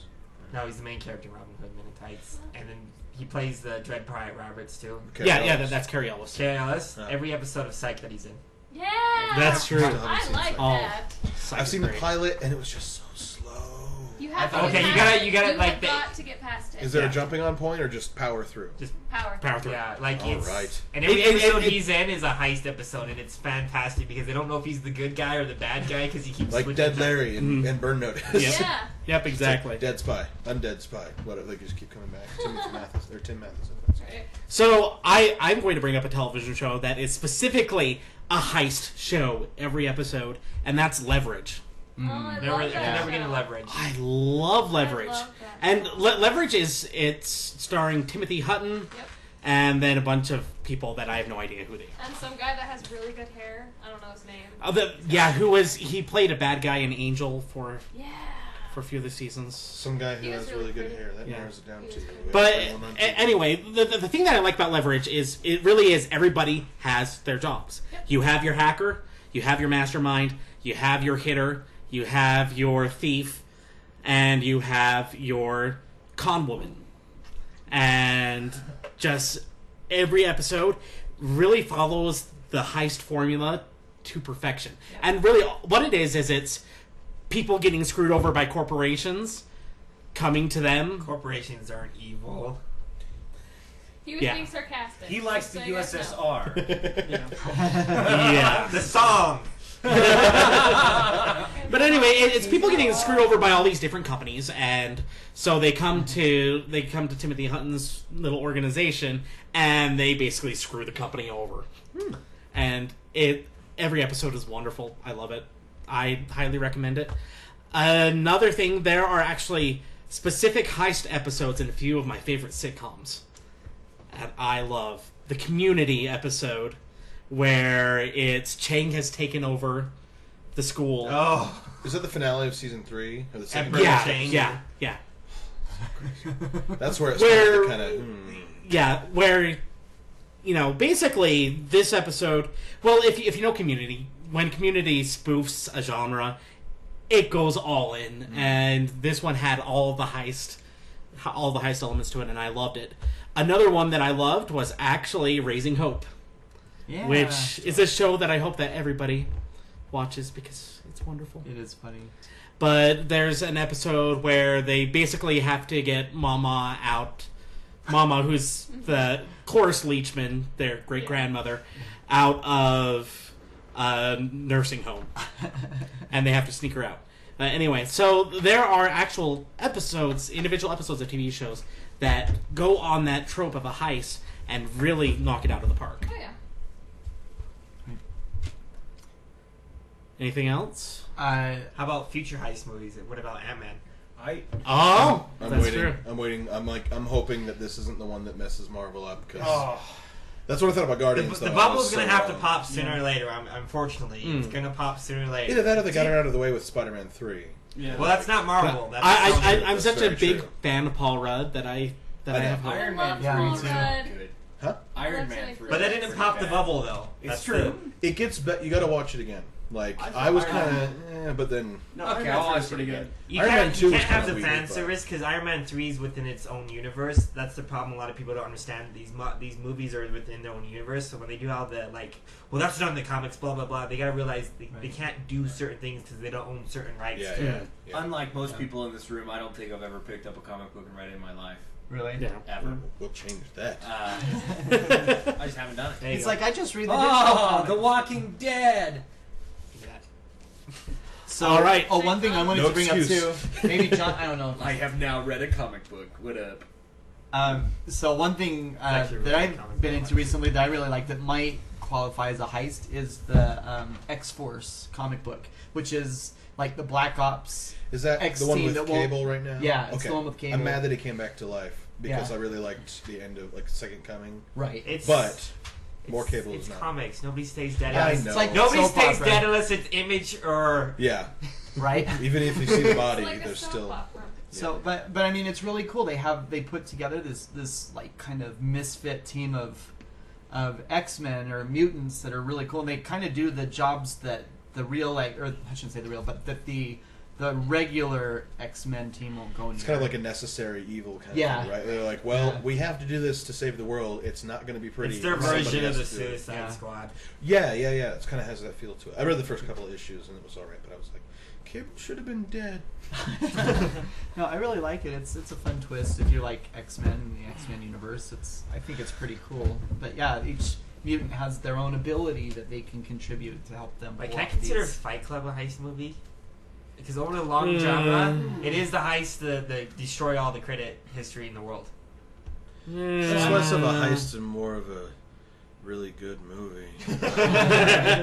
F: no, he's the main character in Robin Hood Men in Tights, and then he plays the Dread Pirate Roberts too.
D: Carrie
B: yeah, yeah,
D: Ellis.
B: that, that's Carrie Ellis.
F: Carrie Ellis.
D: Yeah.
F: Every episode of Psych that he's in.
C: Yeah.
B: That's true.
D: Still haven't
C: I
D: seen
C: like
D: Psych.
B: Oh.
C: that.
B: Psych
D: I've
B: is
D: seen the
B: great.
D: pilot, and it was just so slow.
C: You have to
E: thought-
C: get
E: Okay,
J: you
C: past-
J: gotta- you gotta,
C: have
J: like, the-
C: got to get past it.
D: Is there
J: Yeah.
D: a jumping on point or just power through?
C: power?
B: Power through.
J: Yeah, like
D: All
J: it's
D: right.
J: and every
B: It- it-
J: episode
B: it-
J: he's in is a heist episode, and it's fantastic because they don't know if he's the good guy or the bad guy because he keeps
D: Like
J: switching
D: Dead
J: back.
D: Larry and,
B: Mhm.
D: and Burn Notice.
B: Yep.
C: Yeah.
B: Yep, exactly.
D: Dead Spy, Undead Spy. What they just keep coming back. Timothy Matheson or Tim Matheson.
C: Right.
B: So I, I'm going to bring up a television show that is specifically a heist show every episode, and that's Leverage.
C: Oh, I
J: Never,
C: love
J: they're
C: that
J: never
C: show.
J: getting leverage.
B: I love Leverage.
C: love that.
B: and Le- Leverage is it's starring Timothy Hutton
C: Yep.
B: and then a bunch of people that I have no idea who they are.
C: And some guy that has really good hair. I don't know his name.
B: Uh, the, yeah, who was he played a bad guy in Angel for
C: Yeah.
B: for a few of the seasons.
D: Some guy
C: He
D: who
C: was
D: has
C: really
D: really good
C: pretty.
D: hair. That
B: Yeah.
D: narrows it down
C: He
D: to
C: was
D: you.
C: pretty.
B: But
D: Everyone on
B: a-
D: TV.
B: anyway, the, the, the thing that I like about leverage is it really is everybody has their jobs.
C: Yep.
B: You have your hacker, you have your mastermind, you have your hitter, you have your thief, and you have your con woman. And just every episode really follows the heist formula to perfection. And really, what it is is it's people getting screwed over by corporations coming to them
J: Corporations aren't evil.
C: He was
B: Yeah.
C: being sarcastic.
G: He likes the
C: So you guys know.
G: USSR.
B: yeah.
F: The song.
B: But anyway, it, it's people getting screwed over by all these different companies, and so they come to they come to Timothy Hutton's little organization, and they basically screw the company over. And it every episode is wonderful. I love it. I highly recommend it. Another thing, there are actually specific heist episodes in a few of my favorite sitcoms, and I love the Community episode where it's Chang has taken over the school.
F: Oh,
D: Is that the finale of season three or the second?
F: Emperor.
B: yeah,
F: Chang.
B: yeah, yeah,
D: That's where it
B: Where-
D: starts kind of. Hmm.
B: yeah. Where you know, basically, this episode. Well, if if you know Community, when Community spoofs a genre, it goes all in, and this one had all the heist, all the heist elements to it, and I loved it. Another one that I loved was actually Raising Hope,
E: Yeah.
B: which is a show that I hope that everybody watches because it's wonderful.
E: It is funny.
B: but there's an episode where they basically have to get Mama out. Mama, who's the Cloris Leachman, their great grandmother, out of a nursing home, and they have to sneak her out. Uh, anyway, so there are actual episodes, individual episodes of TV shows that go on that trope of a heist and really knock it out of the park.
C: Oh, yeah.
B: Anything else?
E: Uh,
J: How about future heist movies? What about Ant Man?
G: I
B: Oh,
D: I'm
B: that's
D: waiting.
B: true.
D: I'm waiting. I'm like. I'm hoping that this isn't the one that messes Marvel up because
G: oh,
D: that's what I thought about
F: the,
D: Guardians.
F: the
D: though. I
F: bubble's
D: was
F: gonna
D: so
F: have to
D: wrong.
F: pop sooner or later.
J: um,
F: I'm, unfortunately, it's
B: Mm.
F: gonna pop sooner or later.
D: Either that or they got it out of the way with Spider-Man three.
H: Yeah.
F: Well, that's not Marvel. That's
B: I, I, I, I'm
D: That's
B: such a
D: very
B: big
D: true.
B: fan of Paul Rudd that I that I,
D: I know.
B: have. hope.
G: Iron
C: I
G: Man
C: love
E: Yeah,
C: Paul
E: me too.
C: Rudd.
G: good.
D: Huh?
G: Iron
C: That's
G: Man
C: really
G: three.
F: but that didn't
G: pretty
F: pop the
G: bad.
F: bubble though.
G: It's
F: That's
G: true.
F: the-
D: It gets better. You got to watch it again. Like
H: I
D: I, was
H: thought
D: kind
H: Iron
D: of, eh, but then
H: No,
G: Okay,
H: Iron
G: I'll
H: Man 3 is
G: watch
H: pretty
G: it
H: good.
G: again.
J: You
D: Iron
J: can't,
D: Man
J: you
D: 2 was
J: can't have
D: kinda
J: the
D: weird,
J: fan
D: but-
J: service because Iron Man Three is within its own universe. That's the problem. A lot of people don't understand these mo- these movies are within their own universe. So when they do all the like, well, that's not in the comics. Blah blah blah. They gotta realize they, they can't do certain things because they don't own certain rights.
D: yeah,
J: to
D: yeah.
J: it.
D: yeah.
G: Unlike most people in this room, I don't think I've ever picked up a comic book and read it in my life
E: really?
B: Yeah.
G: ever.
D: We'll change that.
G: Uh, I just haven't done it.
J: There you
E: It's
J: go.
E: like I just read the
G: Oh,
E: digital
G: The
E: comic.
G: Walking Dead.
E: So,
B: All right.
E: Oh, one thing I wanted
D: No
E: to bring up
D: excuse.
E: too. Maybe John. I don't know.
G: I have now read a comic book. What up?
E: Um, so one thing uh,
J: Actually,
E: that
J: really
E: I've
J: comic
E: been
J: book
E: into
J: one.
E: recently that I really like that might qualify as a heist is the um, X Force comic book, which is like the Black Ops.
D: Is that
E: X
D: the one
E: team
D: with
E: that won't-
D: Cable right now?
E: Yeah, it's the one with Cable.
D: I'm mad that he came back to life because
E: Yeah.
D: I really liked the end of like Second Coming,
E: Right.
J: it's,
D: but more
J: it's-
D: cable
J: It's
D: is not.
J: comics. Nobody stays dead.
D: Yeah, I
J: unless-
D: know.
E: It's like
J: Nobody
E: soap
J: stays
E: opera,
J: dead unless it's Image or
D: Yeah,
E: Right.
D: even if you see the body,
C: It's like a
D: there's
C: soap
D: still.
C: opera.
E: So, but but I mean, it's really cool. They have they put together this this like kind of misfit team of of X Men or mutants that are really cool. And they kind of do the jobs that the real like or I shouldn't say the real, but that the the regular X Men team won't go.
D: It's kind of like a necessary evil kind
E: Yeah.
D: of thing, right? They're like, well,
E: Yeah.
D: we have to do this to save the world. It's not going to be pretty.
F: It's their
D: Somebody
F: version of
D: has
F: the
D: to do it.
F: Suicide
E: Yeah.
F: Squad.
D: Yeah, yeah, yeah. It kind of has that feel to it. I read the first couple of issues and it was all right, but I was like, Cable should have been dead.
E: no, I really like it. It's it's a fun twist if you like X Men and the X Men universe. It's I think it's pretty cool. But yeah, each mutant has their own ability that they can contribute to help them.
J: Like, can I
E: block
J: consider
E: these.
J: Fight Club a heist movie? Because over the long
D: Hmm.
B: Mm.
J: genre, it is the heist that the destroy all the credit history in the world.
D: It's
G: Hmm.
D: less of a heist and more of a really good movie.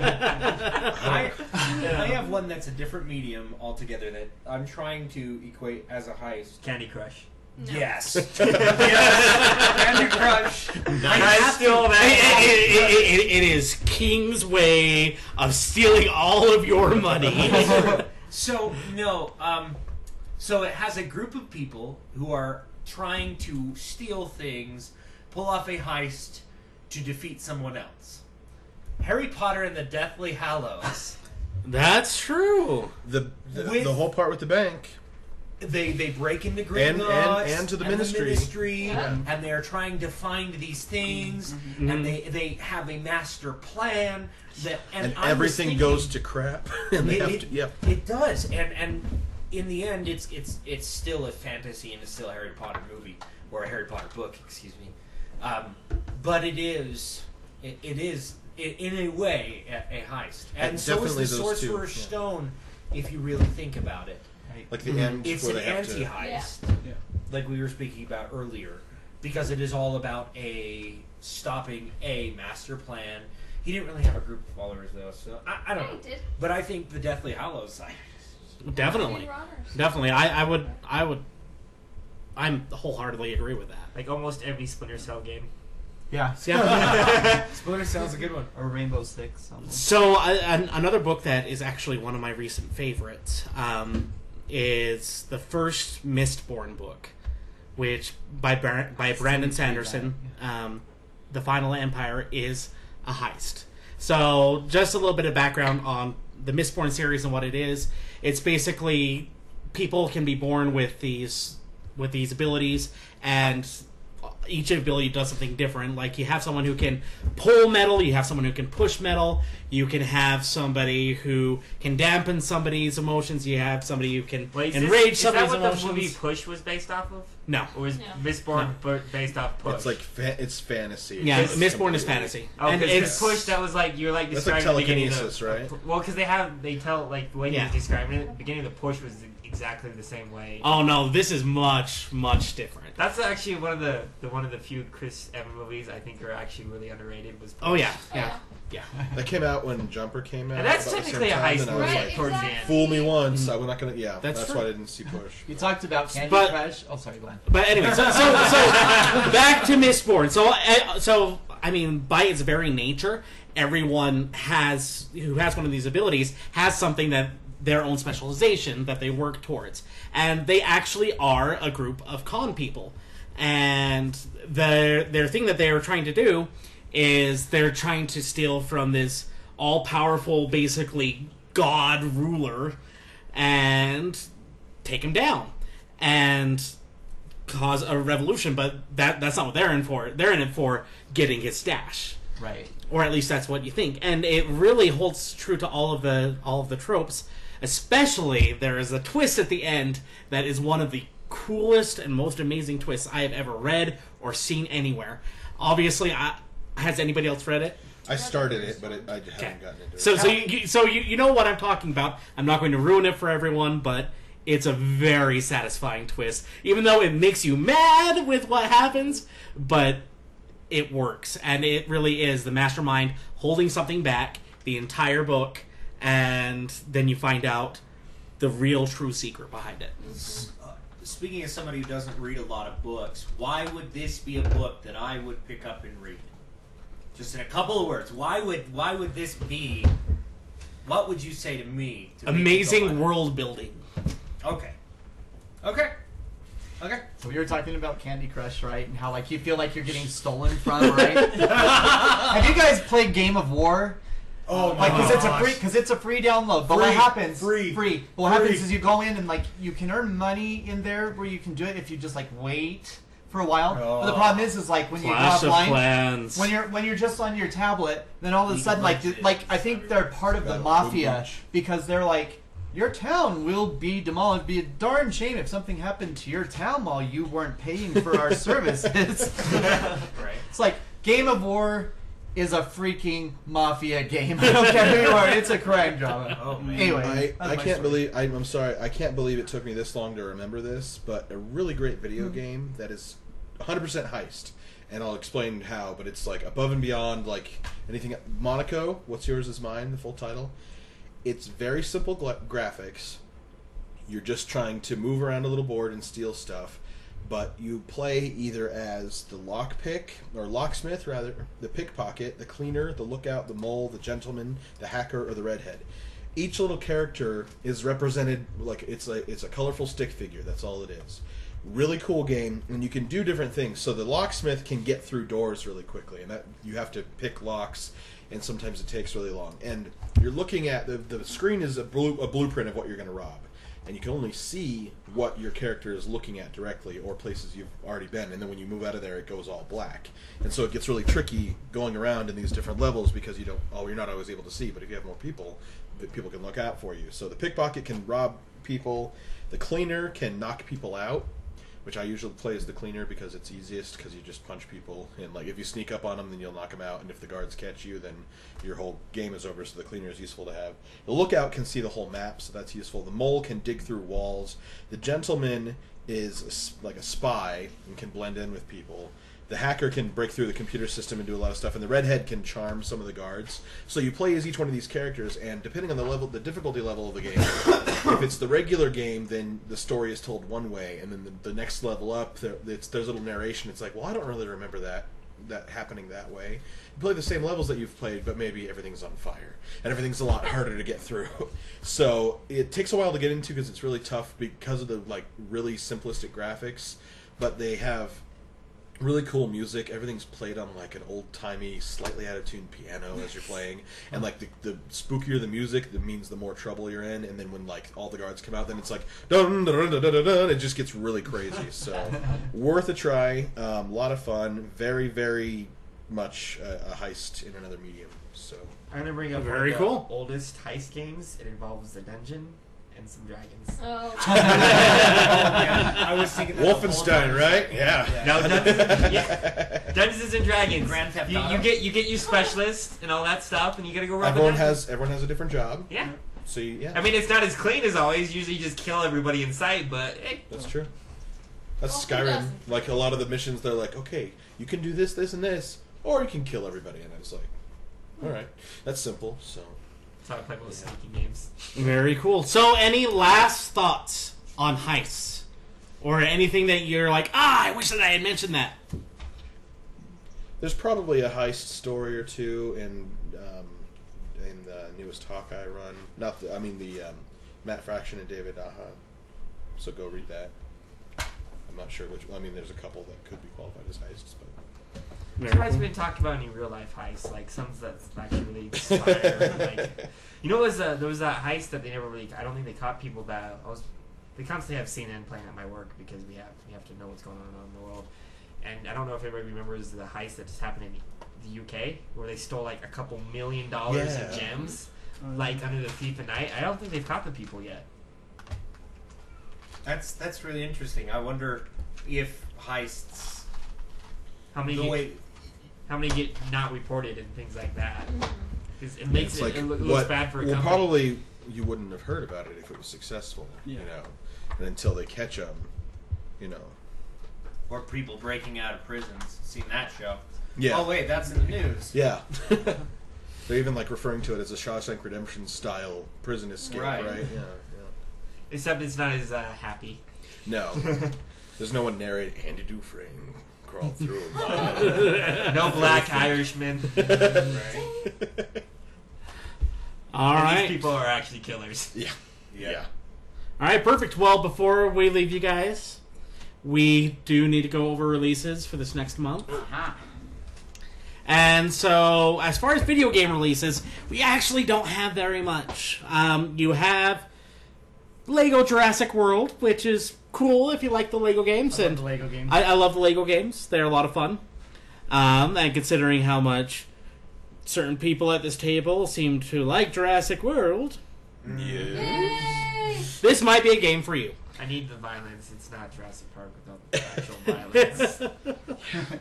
G: I, I have one that's a different medium altogether that I'm trying to equate as a heist.
J: Candy Crush.
C: No.
G: Yes. yes. Candy Crush.
J: Guys, steal that.
B: It- it- it- it- it is King's way of stealing all of your money.
G: So no, um, so it has a group of people who are trying to steal things, pull off a heist to defeat someone else. Harry Potter and the Deathly Hallows.
B: That's true.
D: The the,
G: With-
D: the whole part with the bank.
G: They they break into Gringotts
D: and- and to the ministry.
G: ministry,
C: Yeah.
G: and they are trying to find these things,
B: Mm-hmm.
D: Mm-hmm.
G: and they they have a master plan that and,
D: And,
G: I was
D: everything
G: thinking-
D: goes to crap. and they
G: it,
D: have
G: it-
D: to, yeah.
G: it does, and and in the end, it's it's it's still a fantasy and it's still a Harry Potter movie or a Harry Potter book, excuse me. Um, but it is, it, it is i in a way a, a heist, and,
D: And
G: so is
D: definitely
G: the
D: those two,
G: Sorcerer's
D: yeah.
G: Stone. If you really think about it,
D: Like the end
G: Mm-hmm. it's
D: where
G: an
D: they have to.
G: anti-heist, like we were speaking about earlier, because it is all about a stopping a master plan. He didn't really have a group of followers though, so I, I don't
C: Yeah,
G: know.
C: he did.
G: But I think the Deathly Hallows. I,
B: Definitely. Definitely. I, I would. I would. I'm wholeheartedly agree with that.
J: Like almost every Splinter Cell game.
E: yeah,
B: See, I'm-
G: Splinter Cell's a good one.
E: or Rainbow Six. something.
B: So I, an, another book that is actually one of my recent favorites um, is the first Mistborn book, which by Bar- by Brandon Sanderson. Um, the Final Empire is a heist. So just a little bit of background on the Mistborn series and what it is. It's basically people can be born with these with these abilities and each ability does something different. Like you have someone who can pull metal, you have someone who can push metal, you can have somebody who can dampen somebody's emotions, you have somebody who can
J: Wait, is
B: enrage
J: this,
B: somebody's
J: Is that what
B: emotions.
J: the movie Push was based off of?
B: no.
J: Or was
C: No.
J: Mistborn b- based off Push?
D: It's like fa- it's fantasy.
B: Yeah,
D: It's
B: Mistborn is
D: completely-
B: fantasy.
J: Oh,
B: and
J: because
B: it's
J: Push, that was like, you're like
D: That's like
J: describing the beginning of the-
D: telekinesis, right?
J: Well, because they have, they tell, like, the way he
B: Yeah.
J: was describing it, the beginning of the Push was exactly the same way.
B: Oh no, this is much, much different.
J: That's actually one of the, the one of the few Chris Evans movies I think are actually really underrated. Was
B: Oh yeah,
C: Oh,
B: yeah.
C: yeah.
D: That came out when Jumper came out.
J: and that's
D: about the same
J: technically a
D: time,
J: heist
D: and I
J: movie
D: was
C: Right,
D: like,
J: towards the end.
C: exactly.
D: fool me once. I'm not gonna. Yeah,
B: That's
D: that's,
B: true.
D: why I didn't see Push.
E: You talked about Candy
B: But-
E: Crush. Oh, sorry, Glenn.
B: But anyway, so so, so back to Mistborn. So uh, so I mean, by its very nature, everyone has who has one of these abilities has something that their own specialization that they work towards, and they actually are a group of con people, and their their thing that they are trying to do is they're trying to steal from this all powerful, basically god ruler, and take him down. And cause a revolution, but that that's not what they're in for. They're in it for getting his stash,
E: Right.
B: or at least that's what you think. And it really holds true to all of the all of the tropes. Especially there is a twist at the end that is one of the coolest and most amazing twists I have ever read or seen anywhere. Obviously, I, has anybody else read it?
D: I started it, but it, I haven't gotten into it.
B: So, so you, you so you, you know what I'm talking about. I'm not going to ruin it for everyone, but it's a very satisfying twist, even though it makes you mad with what happens, but it works, and it really is the mastermind holding something back the entire book, and then you find out the real true secret behind it.
G: uh, Speaking as somebody who doesn't read a lot of books, why would this be a book that I would pick up and read? Just in a couple of words, why would why would this be? What would you say to me? To make me
B: Amazing
G: go
B: world building.
G: like- Okay. Okay. Okay.
E: So we were talking about Candy Crush, right? And how like you feel like you're getting stolen from, right? Have you guys played Game of War?
G: Um,
D: Oh my
E: Like, cause it's a
D: gosh.
E: free, cause it's a free download. But
D: Free,
E: what happens?
D: free,
E: free. But what
D: free.
E: happens is you go in and like you can earn money in there where you can do it if you just like wait for a while. But the
D: Oh.
E: problem is, is like when you go
B: Clash of
E: offline,
B: Clans.
E: when you're when you're just on your tablet, then all of a
F: League
E: sudden,
F: of
E: like
F: Legends.
E: like I think they're part of the
D: Battle
E: mafia
D: Overwatch.
E: because they're like, your town will be demolished. Be a darn shame if something happened to your town while you weren't paying for our services.
G: Right.
E: It's like Game of War is a freaking mafia game. I don't care who you are. It's a crime drama.
G: Oh, man.
E: Anyway,
D: I,
E: that's
D: I
E: my
D: can't
E: story.
D: believe I, I'm sorry I can't believe it took me this long to remember this, but a really great video game that is 100% heist, and I'll explain how. But it's like above and beyond like anything. Monaco, what's yours is mine. The full title. It's very simple gla- graphics. You're just trying to move around a little board and steal stuff, but you play either as the lockpick or locksmith, rather, the pickpocket, the cleaner, the lookout, the mole, the gentleman, the hacker, or the redhead. Each little character is represented like it's a it's a colorful stick figure. That's all it is. Really cool game, and you can do different things. So the locksmith can get through doors really quickly, and that you have to pick locks and sometimes it takes really long. And you're looking at the, the screen is a, blue, a blueprint of what you're going to rob, and you can only see what your character is looking at directly or places you've already been. And then when you move out of there, it goes all black, and so it gets really tricky going around in these different levels because you don't oh you're not always able to see. But if you have more people, that people can look out for you. So the pickpocket can rob people, the cleaner can knock people out which I usually play as the cleaner because it's easiest because you just punch people and like if you sneak up on them then you'll knock them out and if the guards catch you then your whole game is over so the cleaner is useful to have the lookout can see the whole map so that's useful the mole can dig through walls the gentleman is a s like a spy and can blend in with people the hacker can break through the computer system and do a lot of stuff, and the redhead can charm some of the guards. So you play as each one of these characters, and depending on the level, the difficulty level of the game, if it's the regular game, then the story is told one way, and then the, the next level up, there, it's, there's a little narration. It's like, well, I don't really remember that that happening that way. You play the same levels that you've played, but maybe everything's on fire and everything's a lot harder to get through. So it takes a while to get into because it's really tough because of the like really simplistic graphics, but they have really cool music. Everything's played on like an old timey, slightly out of tune piano as you're playing, and like the, the spookier the music, that means the more trouble you're in. And then when like all the guards come out, then it's like dun dun dun dun dun. dun it just gets really crazy. So worth a try. A lot of fun. Very very much a, a heist in another medium. So
J: I'm gonna bring up one
B: Very
J: of
B: cool.
J: the oldest heist games. It involves a dungeon and some dragons.
C: Oh,
G: yeah, I was thinking that the whole
D: Wolfenstein,
G: time.
D: right? Yeah.
J: No, Dungeons, yeah. Dungeons and Dragons.
F: Grand Theft
J: you, you
F: Auto.
J: get you get your specialist and all that stuff, and you gotta go rob
D: Everyone
J: a dungeon.
D: has everyone has a different job.
J: Yeah,
D: So you, yeah,
J: I mean it's not as clean as always. Usually, you just kill everybody in sight, but hey,
D: that's true. That's
C: Well, who
D: Skyrim.
C: doesn't?
D: Like a lot of the missions, they're like, okay, you can do this, this, and this, or you can kill everybody. And I was like,
C: Hmm.
D: all right, that's simple. So
J: that's how I play most sneaky games.
B: Very cool. So, any last thoughts on heists? Or anything that you're like, ah, I wish that I had mentioned that.
D: there's probably a heist story or two in um, in the newest Hawkeye run. Not the, I mean the um, Matt Fraction and David Aha. So go read that. I'm not sure which. I mean, there's a couple that could be qualified as heists, but
J: I'm
B: Very
J: surprised
B: cool.
J: we didn't talk about any real life heists, like some that's actually inspired. like, you know, was uh, there was that heist that they never really. I don't think they caught people that I was. They constantly have CNN playing at my work because we have we have to know what's going on in the world. And I don't know if anybody remembers the heist that just happened in the UK where they stole like a couple million dollars
D: Yeah. Oh,
J: of gems, like under the thief at night. I don't think they've caught the people yet.
G: That's that's really interesting. I wonder if heists
J: How many?
G: the
J: get,
G: way
J: How many get not reported and things like that? 'Cause it makes
D: it's
J: it,
D: like
J: it, lo- it
D: what,
J: looks bad for a
D: well,
J: company.
D: probably you wouldn't have heard about it if it was successful, you
H: Yeah.
D: know. And until they catch them, you know.
G: or people breaking out of prisons. Seen that show?
D: Yeah.
G: Oh wait, that's in the news.
D: Yeah. They're even like referring to it as a Shawshank Redemption style prison escape, right?
G: Right.
D: Yeah,
J: Except it's not as uh, happy.
D: yeah. No, there's no one narrating. Andy Dufresne crawled through. a mile."
J: No black Irishman.
B: All right.
J: These people are actually killers.
D: Yeah. Yeah.
B: All right, perfect. Well, before we leave you guys, we do need to go over releases for this next month. And so, as far as video game releases, we actually don't have very much. Um, you have Lego Jurassic World, which is cool if you like the Lego games,
H: I love
B: and
H: the Lego game.
B: I, I love the Lego games. They're a lot of fun. Um, and considering how much certain people at this table seem to like Jurassic World,
K: Yay!
B: this might be a game for you.
F: I need the violence. It's not Jurassic Park without the actual violence.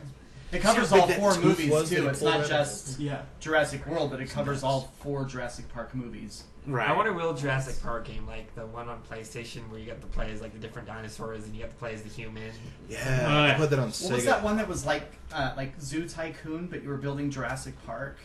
H: It covers
D: See how
H: all
D: big that
H: four
D: tooth
H: movies
D: was that
H: too.
D: he
H: It's
D: pulled
H: not
D: out?
H: just
L: Yeah.
H: Jurassic World, but it covers all four Jurassic Park movies.
B: Right.
F: I want a real Jurassic Park game, like the one on PlayStation, where you got to play as like the different dinosaurs and you got to play as the human.
D: Yeah, I
B: Alright.
D: put that on
H: What was
D: Sega.
H: that one that was like uh, like Zoo Tycoon, but you were building Jurassic Park?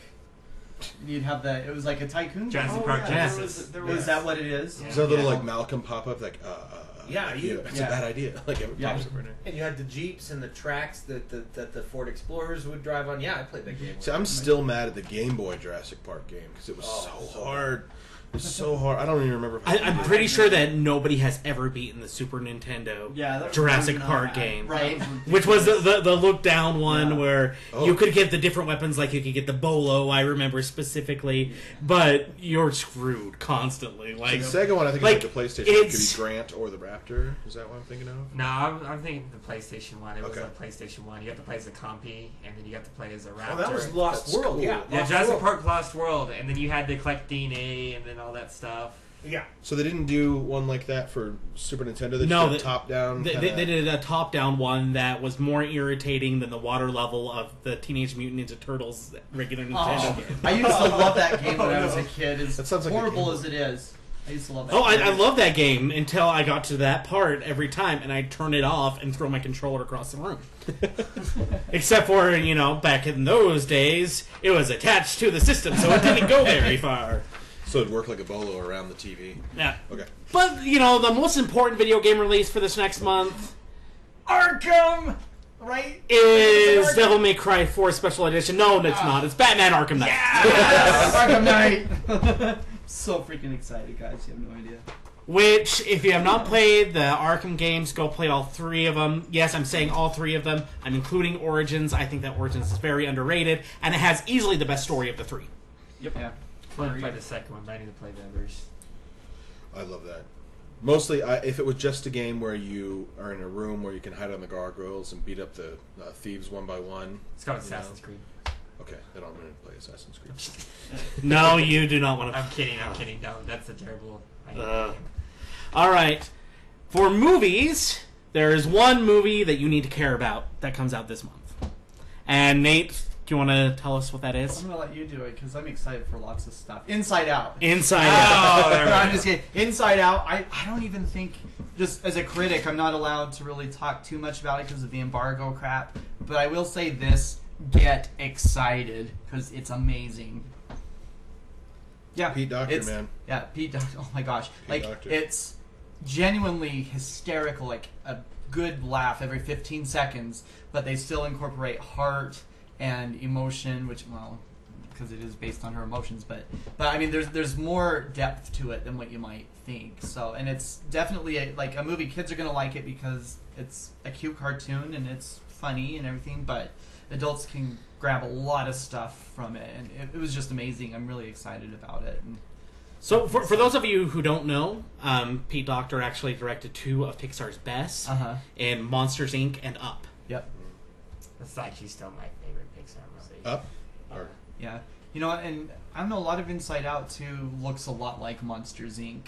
H: And you'd have the it was like a tycoon. Oh,
F: Jurassic
H: game.
F: Park
E: yeah,
F: Genesis.
E: there was- there
H: Is
E: was-
H: that what it is?
D: Is there a little
H: Yeah.
D: like Malcolm pop up like uh, uh, uh
E: Yeah,
D: like,
E: you-
D: you know, it's
H: yeah.
D: a bad idea. Like it
H: Yeah.
D: pops up right now.
G: And you had the jeeps and the tracks that the, that the Ford Explorers would drive on. Yeah, I played that game.
D: See, I'm still mad at the Game Boy Jurassic Park game because it was
G: Oh,
D: so hard. It was so hard. I don't even remember. If
B: I, I'm pretty sure that nobody has ever beaten the Super Nintendo
L: Yeah. That was
B: Jurassic
L: really
B: Park
L: bad.
B: game.
H: Right.
L: That was
B: Which was the,
L: ridiculous.
B: the, the look down one
L: Yeah.
B: where
D: Oh.
B: you could get the different weapons, like you could get the bolo, I remember specifically, but you're screwed constantly.
D: the
B: Like,
D: Sega one. I think
B: like,
D: is like the PlayStation. It could
B: it's-
D: be Grant or the Raptor. Is that what I'm thinking of?
F: No, I'm, I'm thinking the PlayStation one. It was
D: Okay.
F: like PlayStation one. You got to play as a compy, and then you got to play as a raptor.
G: Oh, that was Lost
D: That's
G: World.
D: cool.
G: Yeah,
F: yeah,
G: Lost
F: Jurassic
G: World.
F: Park Lost World, and then you had to collect DNA and then all that stuff.
G: Yeah,
D: So they didn't do one like that for Super Nintendo. They just
B: No,
D: did
B: they-
D: top down.
B: they, they, they did a top down one that was more irritating than the water level of the Teenage Mutant Ninja Turtles regular Nintendo
H: Oh,
B: game.
H: I used to love that game when
L: Oh,
H: I was
L: no.
H: a kid. As
D: That sounds like a
H: horrible
D: game.
H: as it is, I used to love that.
B: Oh, I,
H: game.
B: I love that game until I got to that part every time, and I turn it off and throw my controller across the room. Except for you know, back in those days, it was attached to the system, so it didn't go very far.
D: So it'd work like a bolo around the TV.
B: Yeah.
D: Okay.
B: But you know, the most important video game release for this next month
H: Arkham, right?
B: is Devil May Cry 4 Special Edition. No, it's not. It's Batman Arkham Knight.
H: Arkham Knight.
L: So freaking excited, guys! You have no idea.
B: Which, if you have not played the Arkham games, go play all three of them. Yes, I'm saying all three of them. I'm including Origins. I think that Origins is very underrated, and it has easily the best story of the three.
H: Yeah.
F: I want to play the second one, but I need to play the others.
D: I love that. Mostly, I, if it was just a game where you are in a room where you can hide on the gargoyles and beat up the uh, thieves one by one.
F: It's called Assassin's Creed.
D: Okay, then I'm going to play Assassin's Creed.
B: No, you do not want to.
F: I'm kidding. I'm kidding. No, that's a terrible. I hate
B: Uh.
F: that game.
B: All right. For movies, there is one movie that you need to care about that comes out this month. And Nate, do you want to tell us what that
H: I'm
B: is?
H: gonna let you do it because I'm excited for lots of stuff. Inside Out.
B: Inside
F: Oh,
B: Out.
F: there we
H: No, I'm
F: go.
H: just kidding. Inside Out, I, I don't even think, just as a critic, I'm not allowed to really talk too much about it because of the embargo crap. But I will say this get excited because it's amazing. Yeah.
D: Pete Doctor,
H: it's-
D: man.
H: Yeah, Pete Doctor. Oh my gosh. like,
D: Doctor.
H: it's genuinely hysterical, like a good laugh every 15 seconds, but they still incorporate heart and emotion, which, well, because it is based on her emotions, but but I mean, there's there's more depth to it than what you might think. So, and it's definitely a, like a movie kids are gonna like it because it's a cute cartoon and it's funny and everything, but adults can grab a lot of stuff from it, and it, it was just amazing. I'm really excited about it. And
B: So, for, for those of you who don't know, um, Pete Doctor actually directed two of Pixar's best
H: uh huh.
B: in Monsters Inc. and Up.
H: Yep.
F: That's actually still my favorite Pixar movie.
D: Up? Or,
H: Yeah. You know, and I don't know. A lot of Inside Out too looks a lot like Monsters Inc.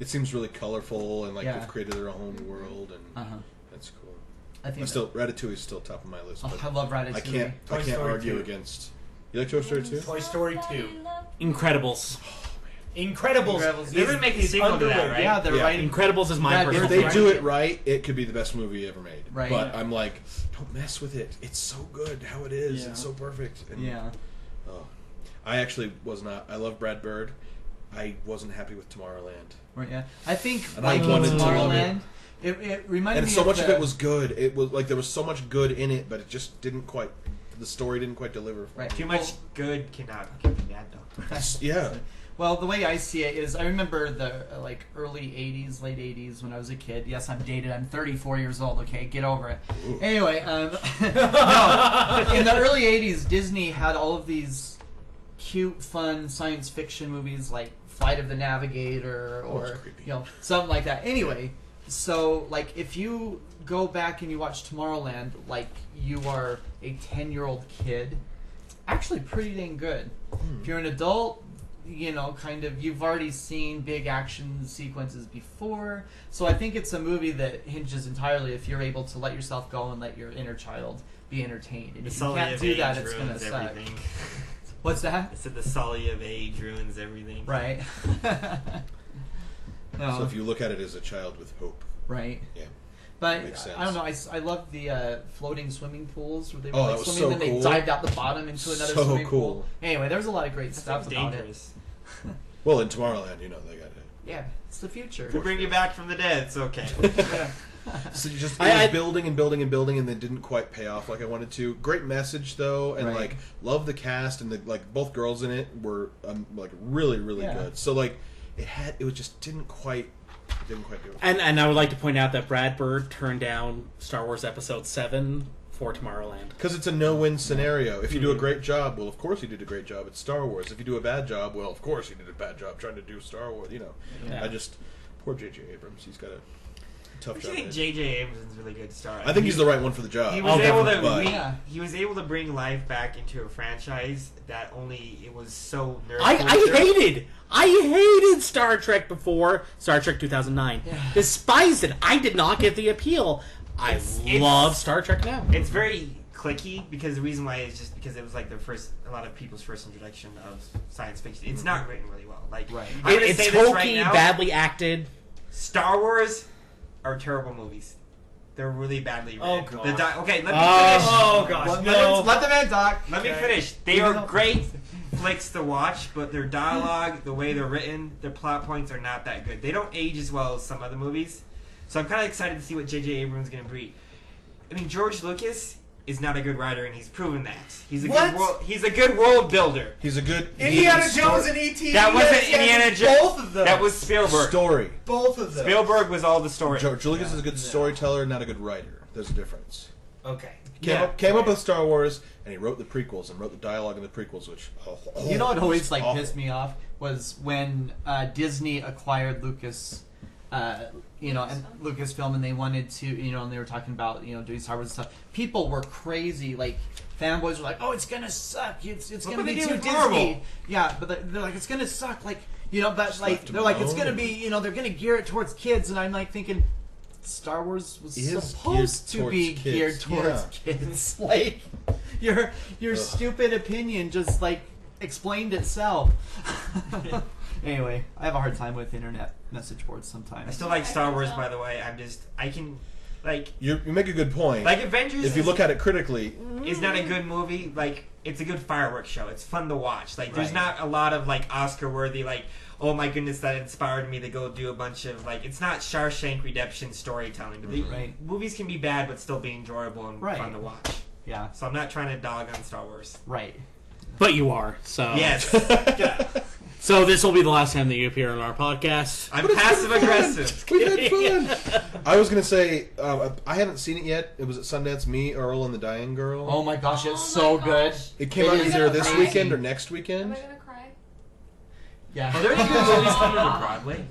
D: it seems really colorful and like
H: Yeah.
D: they've created their own world, and
H: Uh huh.
D: that's cool.
H: I think.
D: I'm still Ratatouille is still top of my list,
H: Oh, I
D: but
H: love Ratatouille.
D: I can't I
G: Toy
D: can't
G: Story
D: argue
G: 2.
D: against. You like Toy Story 2?
G: Toy Story 2.
C: Oh
B: Incredibles.
G: Incredibles.
H: Incredibles.
F: They're gonna make a sequel to that,
G: underrated.
F: right?
H: Yeah, they're
D: Yeah.
H: writing.
B: Incredibles is my
H: Yeah,
D: If
B: personal
D: they
B: favorite.
D: do it right, it could be the best movie ever made.
H: Right.
D: But I'm like, don't mess with it. It's so good how it is.
L: Yeah.
D: It's so perfect. And
H: Yeah.
D: Oh, I actually was not. I love Brad Bird. I wasn't happy with Tomorrowland,
H: Right, yeah. I think
D: And I
H: like
D: wanted
B: to love
H: Tomorrowland. It, it reminded
D: and
H: me
D: so
H: of
D: much
H: the,
D: of it was good. It was like there was so much good in it, but it just didn't quite. The story didn't quite deliver. For
H: right.
F: Too
H: well,
F: much good cannot get me bad though.
D: me. Yeah,
H: Well, the way I see it is, I remember the uh, like early '80s, late '80s when I was a kid. Yes, I'm dated. I'm 34 years old. Okay, get over it. Anyway, um, no, in the early '80s, Disney had all of these cute, fun science fiction movies like Flight of the Navigator or you know something like that. Anyway, so like if you go back and you watch Tomorrowland, like you are a 10 year old kid, it's actually pretty dang good.
D: Hmm.
H: If you're an adult, you know, kind of you've already seen big action sequences before. So I think it's a movie that hinges entirely if you're able to let yourself go and let your inner child be entertained. And if
F: The
H: you
F: Sully
H: can't
F: of
H: do
F: age
H: that, it's gonna
F: ruins
H: suck.
F: everything.
H: What's that?
F: I said the Sully of age ruins everything.
H: Right. No.
D: So if you look at it as a child with hope,
H: Right.
D: Yeah.
H: But
D: Makes sense.
H: I don't know. I, s- I love the uh, floating swimming pools where they were
D: Oh,
H: like
D: that was
H: swimming
D: so
H: and then
D: cool.
H: they dived out the bottom into another
D: So
H: swimming
D: cool.
H: pool. Anyway, there was a lot of great stuff about
F: dangerous.
H: it.
D: Well, in Tomorrowland, you know they got it.
H: yeah, it's the future.
F: We bring you back from the dead. It's okay.
D: So you just it
F: I-
D: was
F: I-
D: building and building and building, and then didn't quite pay off like I wanted to. Great message though, and
H: Right.
D: like love the cast and the like. Both girls in it were um, like really really
H: Yeah.
D: good. So like it had it was just didn't quite didn't quite do it.
B: And and I would like to point out that Brad Bird turned down Star Wars Episode Seven for Tomorrowland.
D: Because it's a no-win scenario. If you do a great job, well, of course you did a great job. It's Star Wars. If you do a bad job, well, of course you did a bad job trying to do Star Wars. You know,
B: Yeah.
D: I just poor J.J. Abrams. He's got a tough
F: I
D: job.
F: actually think
D: ahead.
F: J.J. Abrams is a really good star.
D: I think he's the right one for the job. Oh,
F: He was able to
D: But-
F: re-
H: Yeah.
F: he was able to bring life back into a franchise that only it was so nerd.
B: I,
F: culture.
B: I hated I hated Star Trek before Star Trek 2009. Despised it. I did not get the appeal. I
F: It's- it's-
B: love Star Trek now.
F: It's very clicky because the reason why is just because it was like the first a lot of people's first introduction of science fiction. It's not written really well. Like
H: Right.
F: I'm gonna
B: it's
F: say this
B: hokey,
F: right now.
B: badly acted.
F: Star Wars are terrible movies. They're really badly
E: Oh,
F: written.
E: God.
F: The di- okay, let me finish.
E: Oh, gosh,
H: Let-
E: no.
H: let, let the man talk.
F: Let me finish. They
H: Even
F: are
H: though-
F: great flicks to watch, but their dialogue, the way they're written, their plot points are not that good. They don't age as well as some other movies. So I'm kind of excited to see what J.J. Abrams is going to bring. I mean, George Lucas is not a good writer, and he's proven that. He's a
E: What?
F: good world. He's a good world builder.
D: he's a good
E: Indiana
D: he's a
E: Jones
D: star-
E: and E.T.
F: That wasn't
E: yes, yes,
F: Indiana Jones.
E: Both of them.
F: That was Spielberg.
D: story.
E: both of them.
F: Spielberg was all the story.
D: George Lucas is a good storyteller, not a good writer. There's a difference.
E: Okay.
D: Came,
F: Yeah.
D: up, came up with Star Wars, and he wrote the prequels and wrote the dialogue in the prequels, which oh, oh,
H: You know what always like
D: awful.
H: pissed me off was when uh, Disney acquired Lucas, uh, you know, and Lucasfilm, and they wanted to, you know, and they were talking about you know doing Star Wars and stuff. People were crazy, like fanboys were like, "Oh, it's gonna suck. It's it's
F: Look
H: gonna
F: what they
H: be
F: did
H: too
F: with
H: Disney."
F: Marvel.
H: Yeah, but they- they're like, "It's gonna suck." Like you know, but like
D: left 'em
H: they're like, "It's
D: alone.
H: gonna be," you know, they're gonna gear it towards kids, and I'm like thinking. Star Wars was
D: Is geared
H: supposed to be
D: towards
H: geared
D: kids.
H: towards
D: Yeah.
H: kids. Like your your
D: Ugh.
H: stupid opinion just like explained itself. anyway, I have a hard time with internet message boards
F: I
H: sometimes.
F: still like Star Wars, by the way. I'm just I can like
D: You, you make a good point.
F: like Avengers.
D: if you
F: is-
D: look at it critically,
F: It's not a good movie. Like it's a good fireworks show. It's fun to watch. Like there's
H: Right.
F: not a lot of like Oscar worthy like oh my goodness that inspired me to go do a bunch of like it's not Shawshank Redemption storytelling. But the
H: Right.
F: movies can be bad but still be enjoyable and
H: Right.
F: fun to watch.
H: Yeah,
F: So I'm not trying to dog on Star Wars.
H: right.
B: But you are. So
F: Yes,
B: So this will be the last time that you appear on our podcast.
F: I'm passive aggressive.
D: we had fun. I was gonna say uh, I haven't seen it yet. It was at Sundance. Me, Earl, and the Dying Girl.
H: Oh my gosh, it's
C: Oh
H: so
C: my
H: good.
C: gosh.
D: it came
H: it
D: out
H: is
D: either this
H: amazing. Oh
D: weekend or next
C: Am
D: weekend.
C: I gonna cry?
H: Yeah.
F: Are there any good movies coming to Broadway?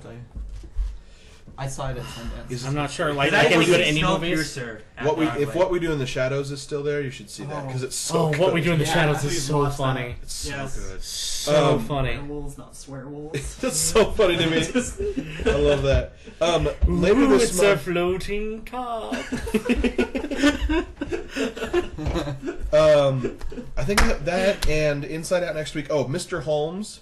H: I saw it at Sundance.
D: Is
B: I'm not sure. Like,
F: Did I
B: I can
F: ever
B: we go to
F: see
B: any movies?
F: Snowpiercer at
D: what we
F: Broadway?
D: if what we do in the shadows is still there, you should see that because it's so.
B: Oh, what we
D: good.
B: do in the
H: Yeah,
B: shadows
H: please
B: is so
H: watch that.
B: funny.
D: It's so
M: Yes.
D: good.
B: So
D: Um,
B: funny.
M: Werewolves, not swearwolves.
D: That's so funny to me. I love that. Um, later
B: Ooh,
D: this
B: it's a
D: month,
B: floating car.
D: um, I think that- that and Inside Out next week. Oh, Mr. Holmes.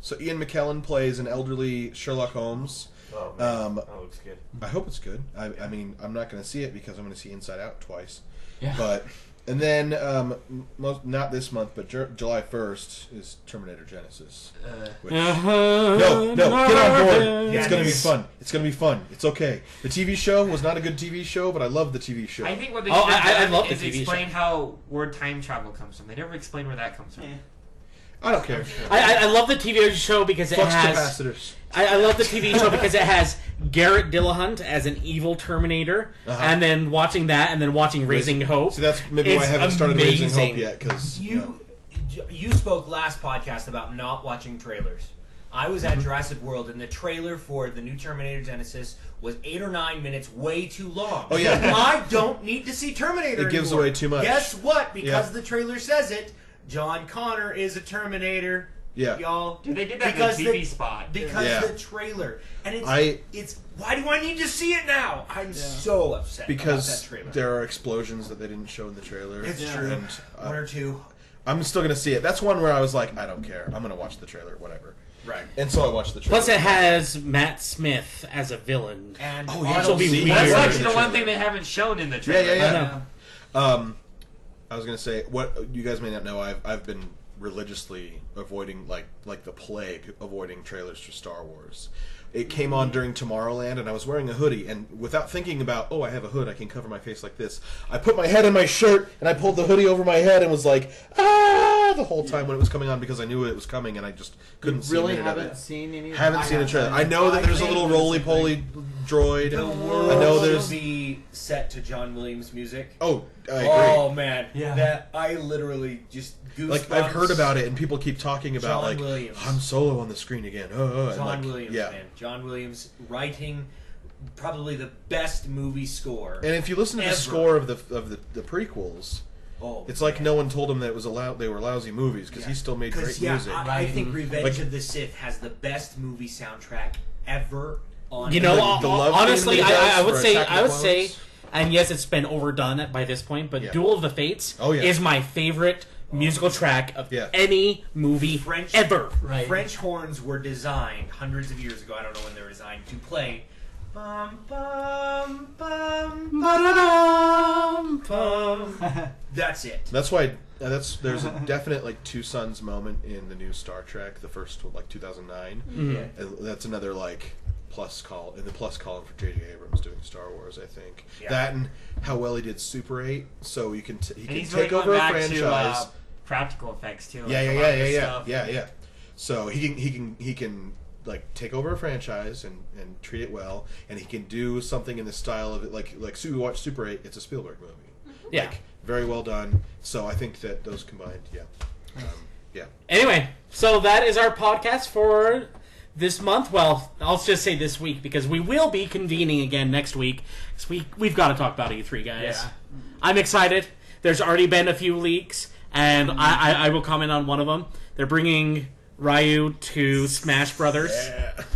D: So Ian McKellen plays an elderly Sherlock Holmes.
N: Oh, man.
D: Um,
N: that looks good.
D: I hope it's good. I, I mean, I'm not going to see it because I'm going to see Inside Out twice.
H: Yeah.
D: But and then um, m- most, not this month, but Jer- July 1st is Terminator Genesis.
F: Uh,
D: Which, Uh-huh. no, no, get on board. It's going to be
F: Yes.
D: fun. It's going to be fun. It's okay. The TV show was not a good TV show, but I love the TV show.
F: I think what they
B: Oh,
F: should have
B: I- I- I
F: done
B: love the
F: is
B: TV show.
F: explain how where time travel comes from. They never explain where that comes from.
M: Yeah.
D: I don't care.
B: I, I- I love the TV show because it
D: Flux
B: has
D: capacitors.
B: I, I love the TV show because it has Garrett Dillahunt as an evil Terminator,
D: Uh-huh.
B: and then watching that, and then watching Raising Hope.
D: See, that's maybe why I
B: It's
D: haven't started Raising Hope
B: amazing.
D: yet because
G: You you spoke last podcast about not watching trailers. I was
D: Mm-hmm.
G: at Jurassic World, and the trailer for the new Terminator Genesis was eight or nine minutes, way too long.
D: Oh, yeah.
G: I don't need to see Terminator.
D: It gives
G: anymore.
D: away too much.
G: Guess what? Because
D: Yeah.
G: the trailer says it. John Connor is a Terminator.
D: Yeah.
G: y'all.
J: Dude, they did that in the TV spot.
G: Because
D: Yeah.
G: the trailer, and it's
D: I-
G: it's why do I need to see it now? I'm so upset about that
D: because
G: trailer.
D: there are explosions that they didn't show in the trailer.
G: It's true.
D: And, uh,
G: One or two.
D: I'm still gonna see it. That's one where I was like, I don't care. I'm gonna watch the trailer, whatever.
G: Right.
D: And so I watched the trailer.
B: Plus, it has Matt Smith as a villain.
G: And
D: Oh, yeah,
B: Which will be
D: see,
B: weird.
D: that's
J: That's
D: Yeah.
J: actually the one thing they haven't shown in the
D: yeah,
J: trailer.
D: yeah,
B: I
D: yeah.
B: know.
D: Um, I was gonna say what you guys may not know. I've I've been religiously avoiding like like the plague, avoiding trailers for Star Wars. It came on during Tomorrowland, and I was wearing a hoodie. And without thinking about, oh, I have a hood, I can cover my face like this. I put my head in my shirt, and I pulled the hoodie over my head, and was like, ah, the whole time when it was coming on because I knew it was coming, and I just couldn't see a
E: really
D: minute of
E: haven't
D: it.
E: seen any.
D: Haven't seen a trailer. I know that
E: I
D: there's a
E: think
D: little
E: that's
D: roly poly droid.
G: The world
D: I know there's.
G: should be set to John Williams music.
D: Oh, I agree.
G: Oh man,
E: Yeah.
G: That I literally just goosebumps.
D: Like I've heard about it, and people keep talking about
G: John
D: like
G: Williams.
D: Han Solo on the screen again. Oh, oh, and,
G: John
D: like,
G: Williams,
D: yeah.
G: man. John Williams writing probably the best movie score.
D: And if you listen to
G: Ever.
D: the score of the of the, the prequels,
G: oh,
D: it's like no one told him that it was a lou- they were lousy movies because he still made great
G: because yeah,
D: music.
G: I, I think Revenge
D: Like-
G: of the Sith has the best movie soundtrack ever. On
B: You know,
D: The-
B: hon-
D: the love
B: honestly,
D: theme
B: I,
D: that he does
B: I- I would
D: for
B: say,
D: Attack of the
B: I would
D: Clones.
B: say, and yes, it's been overdone by this point, but
D: Yeah.
B: Duel of the Fates
D: Oh, yeah.
B: is my favorite musical track of
D: Yeah.
B: any movie
G: French
B: ever.
E: Right.
G: French horns were designed hundreds of years ago. I don't know when they were designed to play. Bum, bum, bum, ba-da-dum, bum. That's it.
D: That's why uh, that's there's a definite like two sons moment in the new Star Trek, the first like 2009.
G: Mm-hmm.
D: And that's another like plus call in the plus column for J.J. Abrams doing Star Wars. I think
G: Yeah.
D: that and how well he did Super Eight, so you can t- he
J: And
D: can
J: he's really
D: take
J: going
D: over a
J: back
D: franchise.
J: to uh, practical effects too.
D: yeah,
J: like
D: yeah,
J: a lot
D: yeah,
J: of
D: yeah,
J: this
D: yeah,
J: stuff.
D: yeah, yeah. So he can he can he can like take over a franchise and and treat it well, and he can do something in the style of it. Like like so we watch Super Eight. It's a Spielberg movie,
B: Yeah.
D: very well done. So I think that those combined, yeah, um, yeah.
B: Anyway, so that is our podcast for this month. Well, I'll just say this week because we will be convening again next week. 'cause we we've got to talk about E3, guys.
E: Yeah.
B: I'm excited. There's already been a few leaks, and I, I, I will comment on one of them. They're bringing Ryu to Smash Brothers,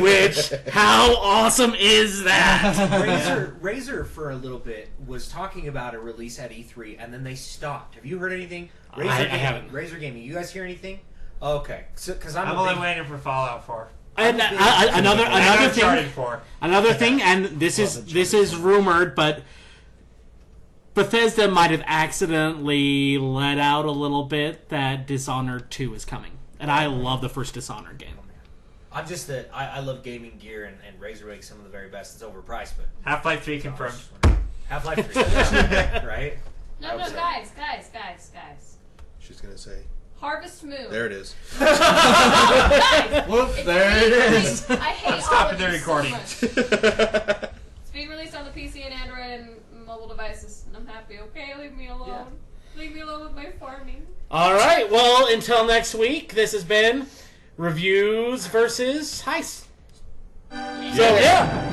B: which how awesome is that?
G: Razor, Razor for a little bit was talking about a release at E3, and then they stopped. Have you heard anything?
B: I-
G: Razor
B: I
G: Gaming,
B: haven't.
G: Razor Gaming. You guys hear anything? Okay, because I'm,
J: I'm
G: a
J: only
G: big-
J: waiting for Fallout 4.
B: And uh, uh, another
J: and
B: another
J: Uncharted
B: thing,
J: 4.
B: another thing, and this is this is rumored, but Bethesda might have accidentally let out a little bit that Dishonored Two is coming, and I love the first Dishonored game.
G: I'm just that I, I love gaming gear, and, and Razor makes some of the very best. It's overpriced, but
J: Half Life 3 confirmed.
G: Half Life 3, right?
C: No, no,
D: Outside.
C: guys, guys, guys, guys.
D: She's gonna say,
C: Harvest Moon.
D: there it is.
C: Guys,
E: Whoop,
C: it's
E: there it
C: being
E: is.
C: released. I hate
J: I'm
C: all
J: stopping
C: of
J: the
C: you so
J: recording.
C: much. It's being released on the PC and Android and mobile devices, and I'm happy. Okay, leave me alone. Leave me alone with my farming.
B: All right, well, until next week, this has been reviews versus heist. So yeah.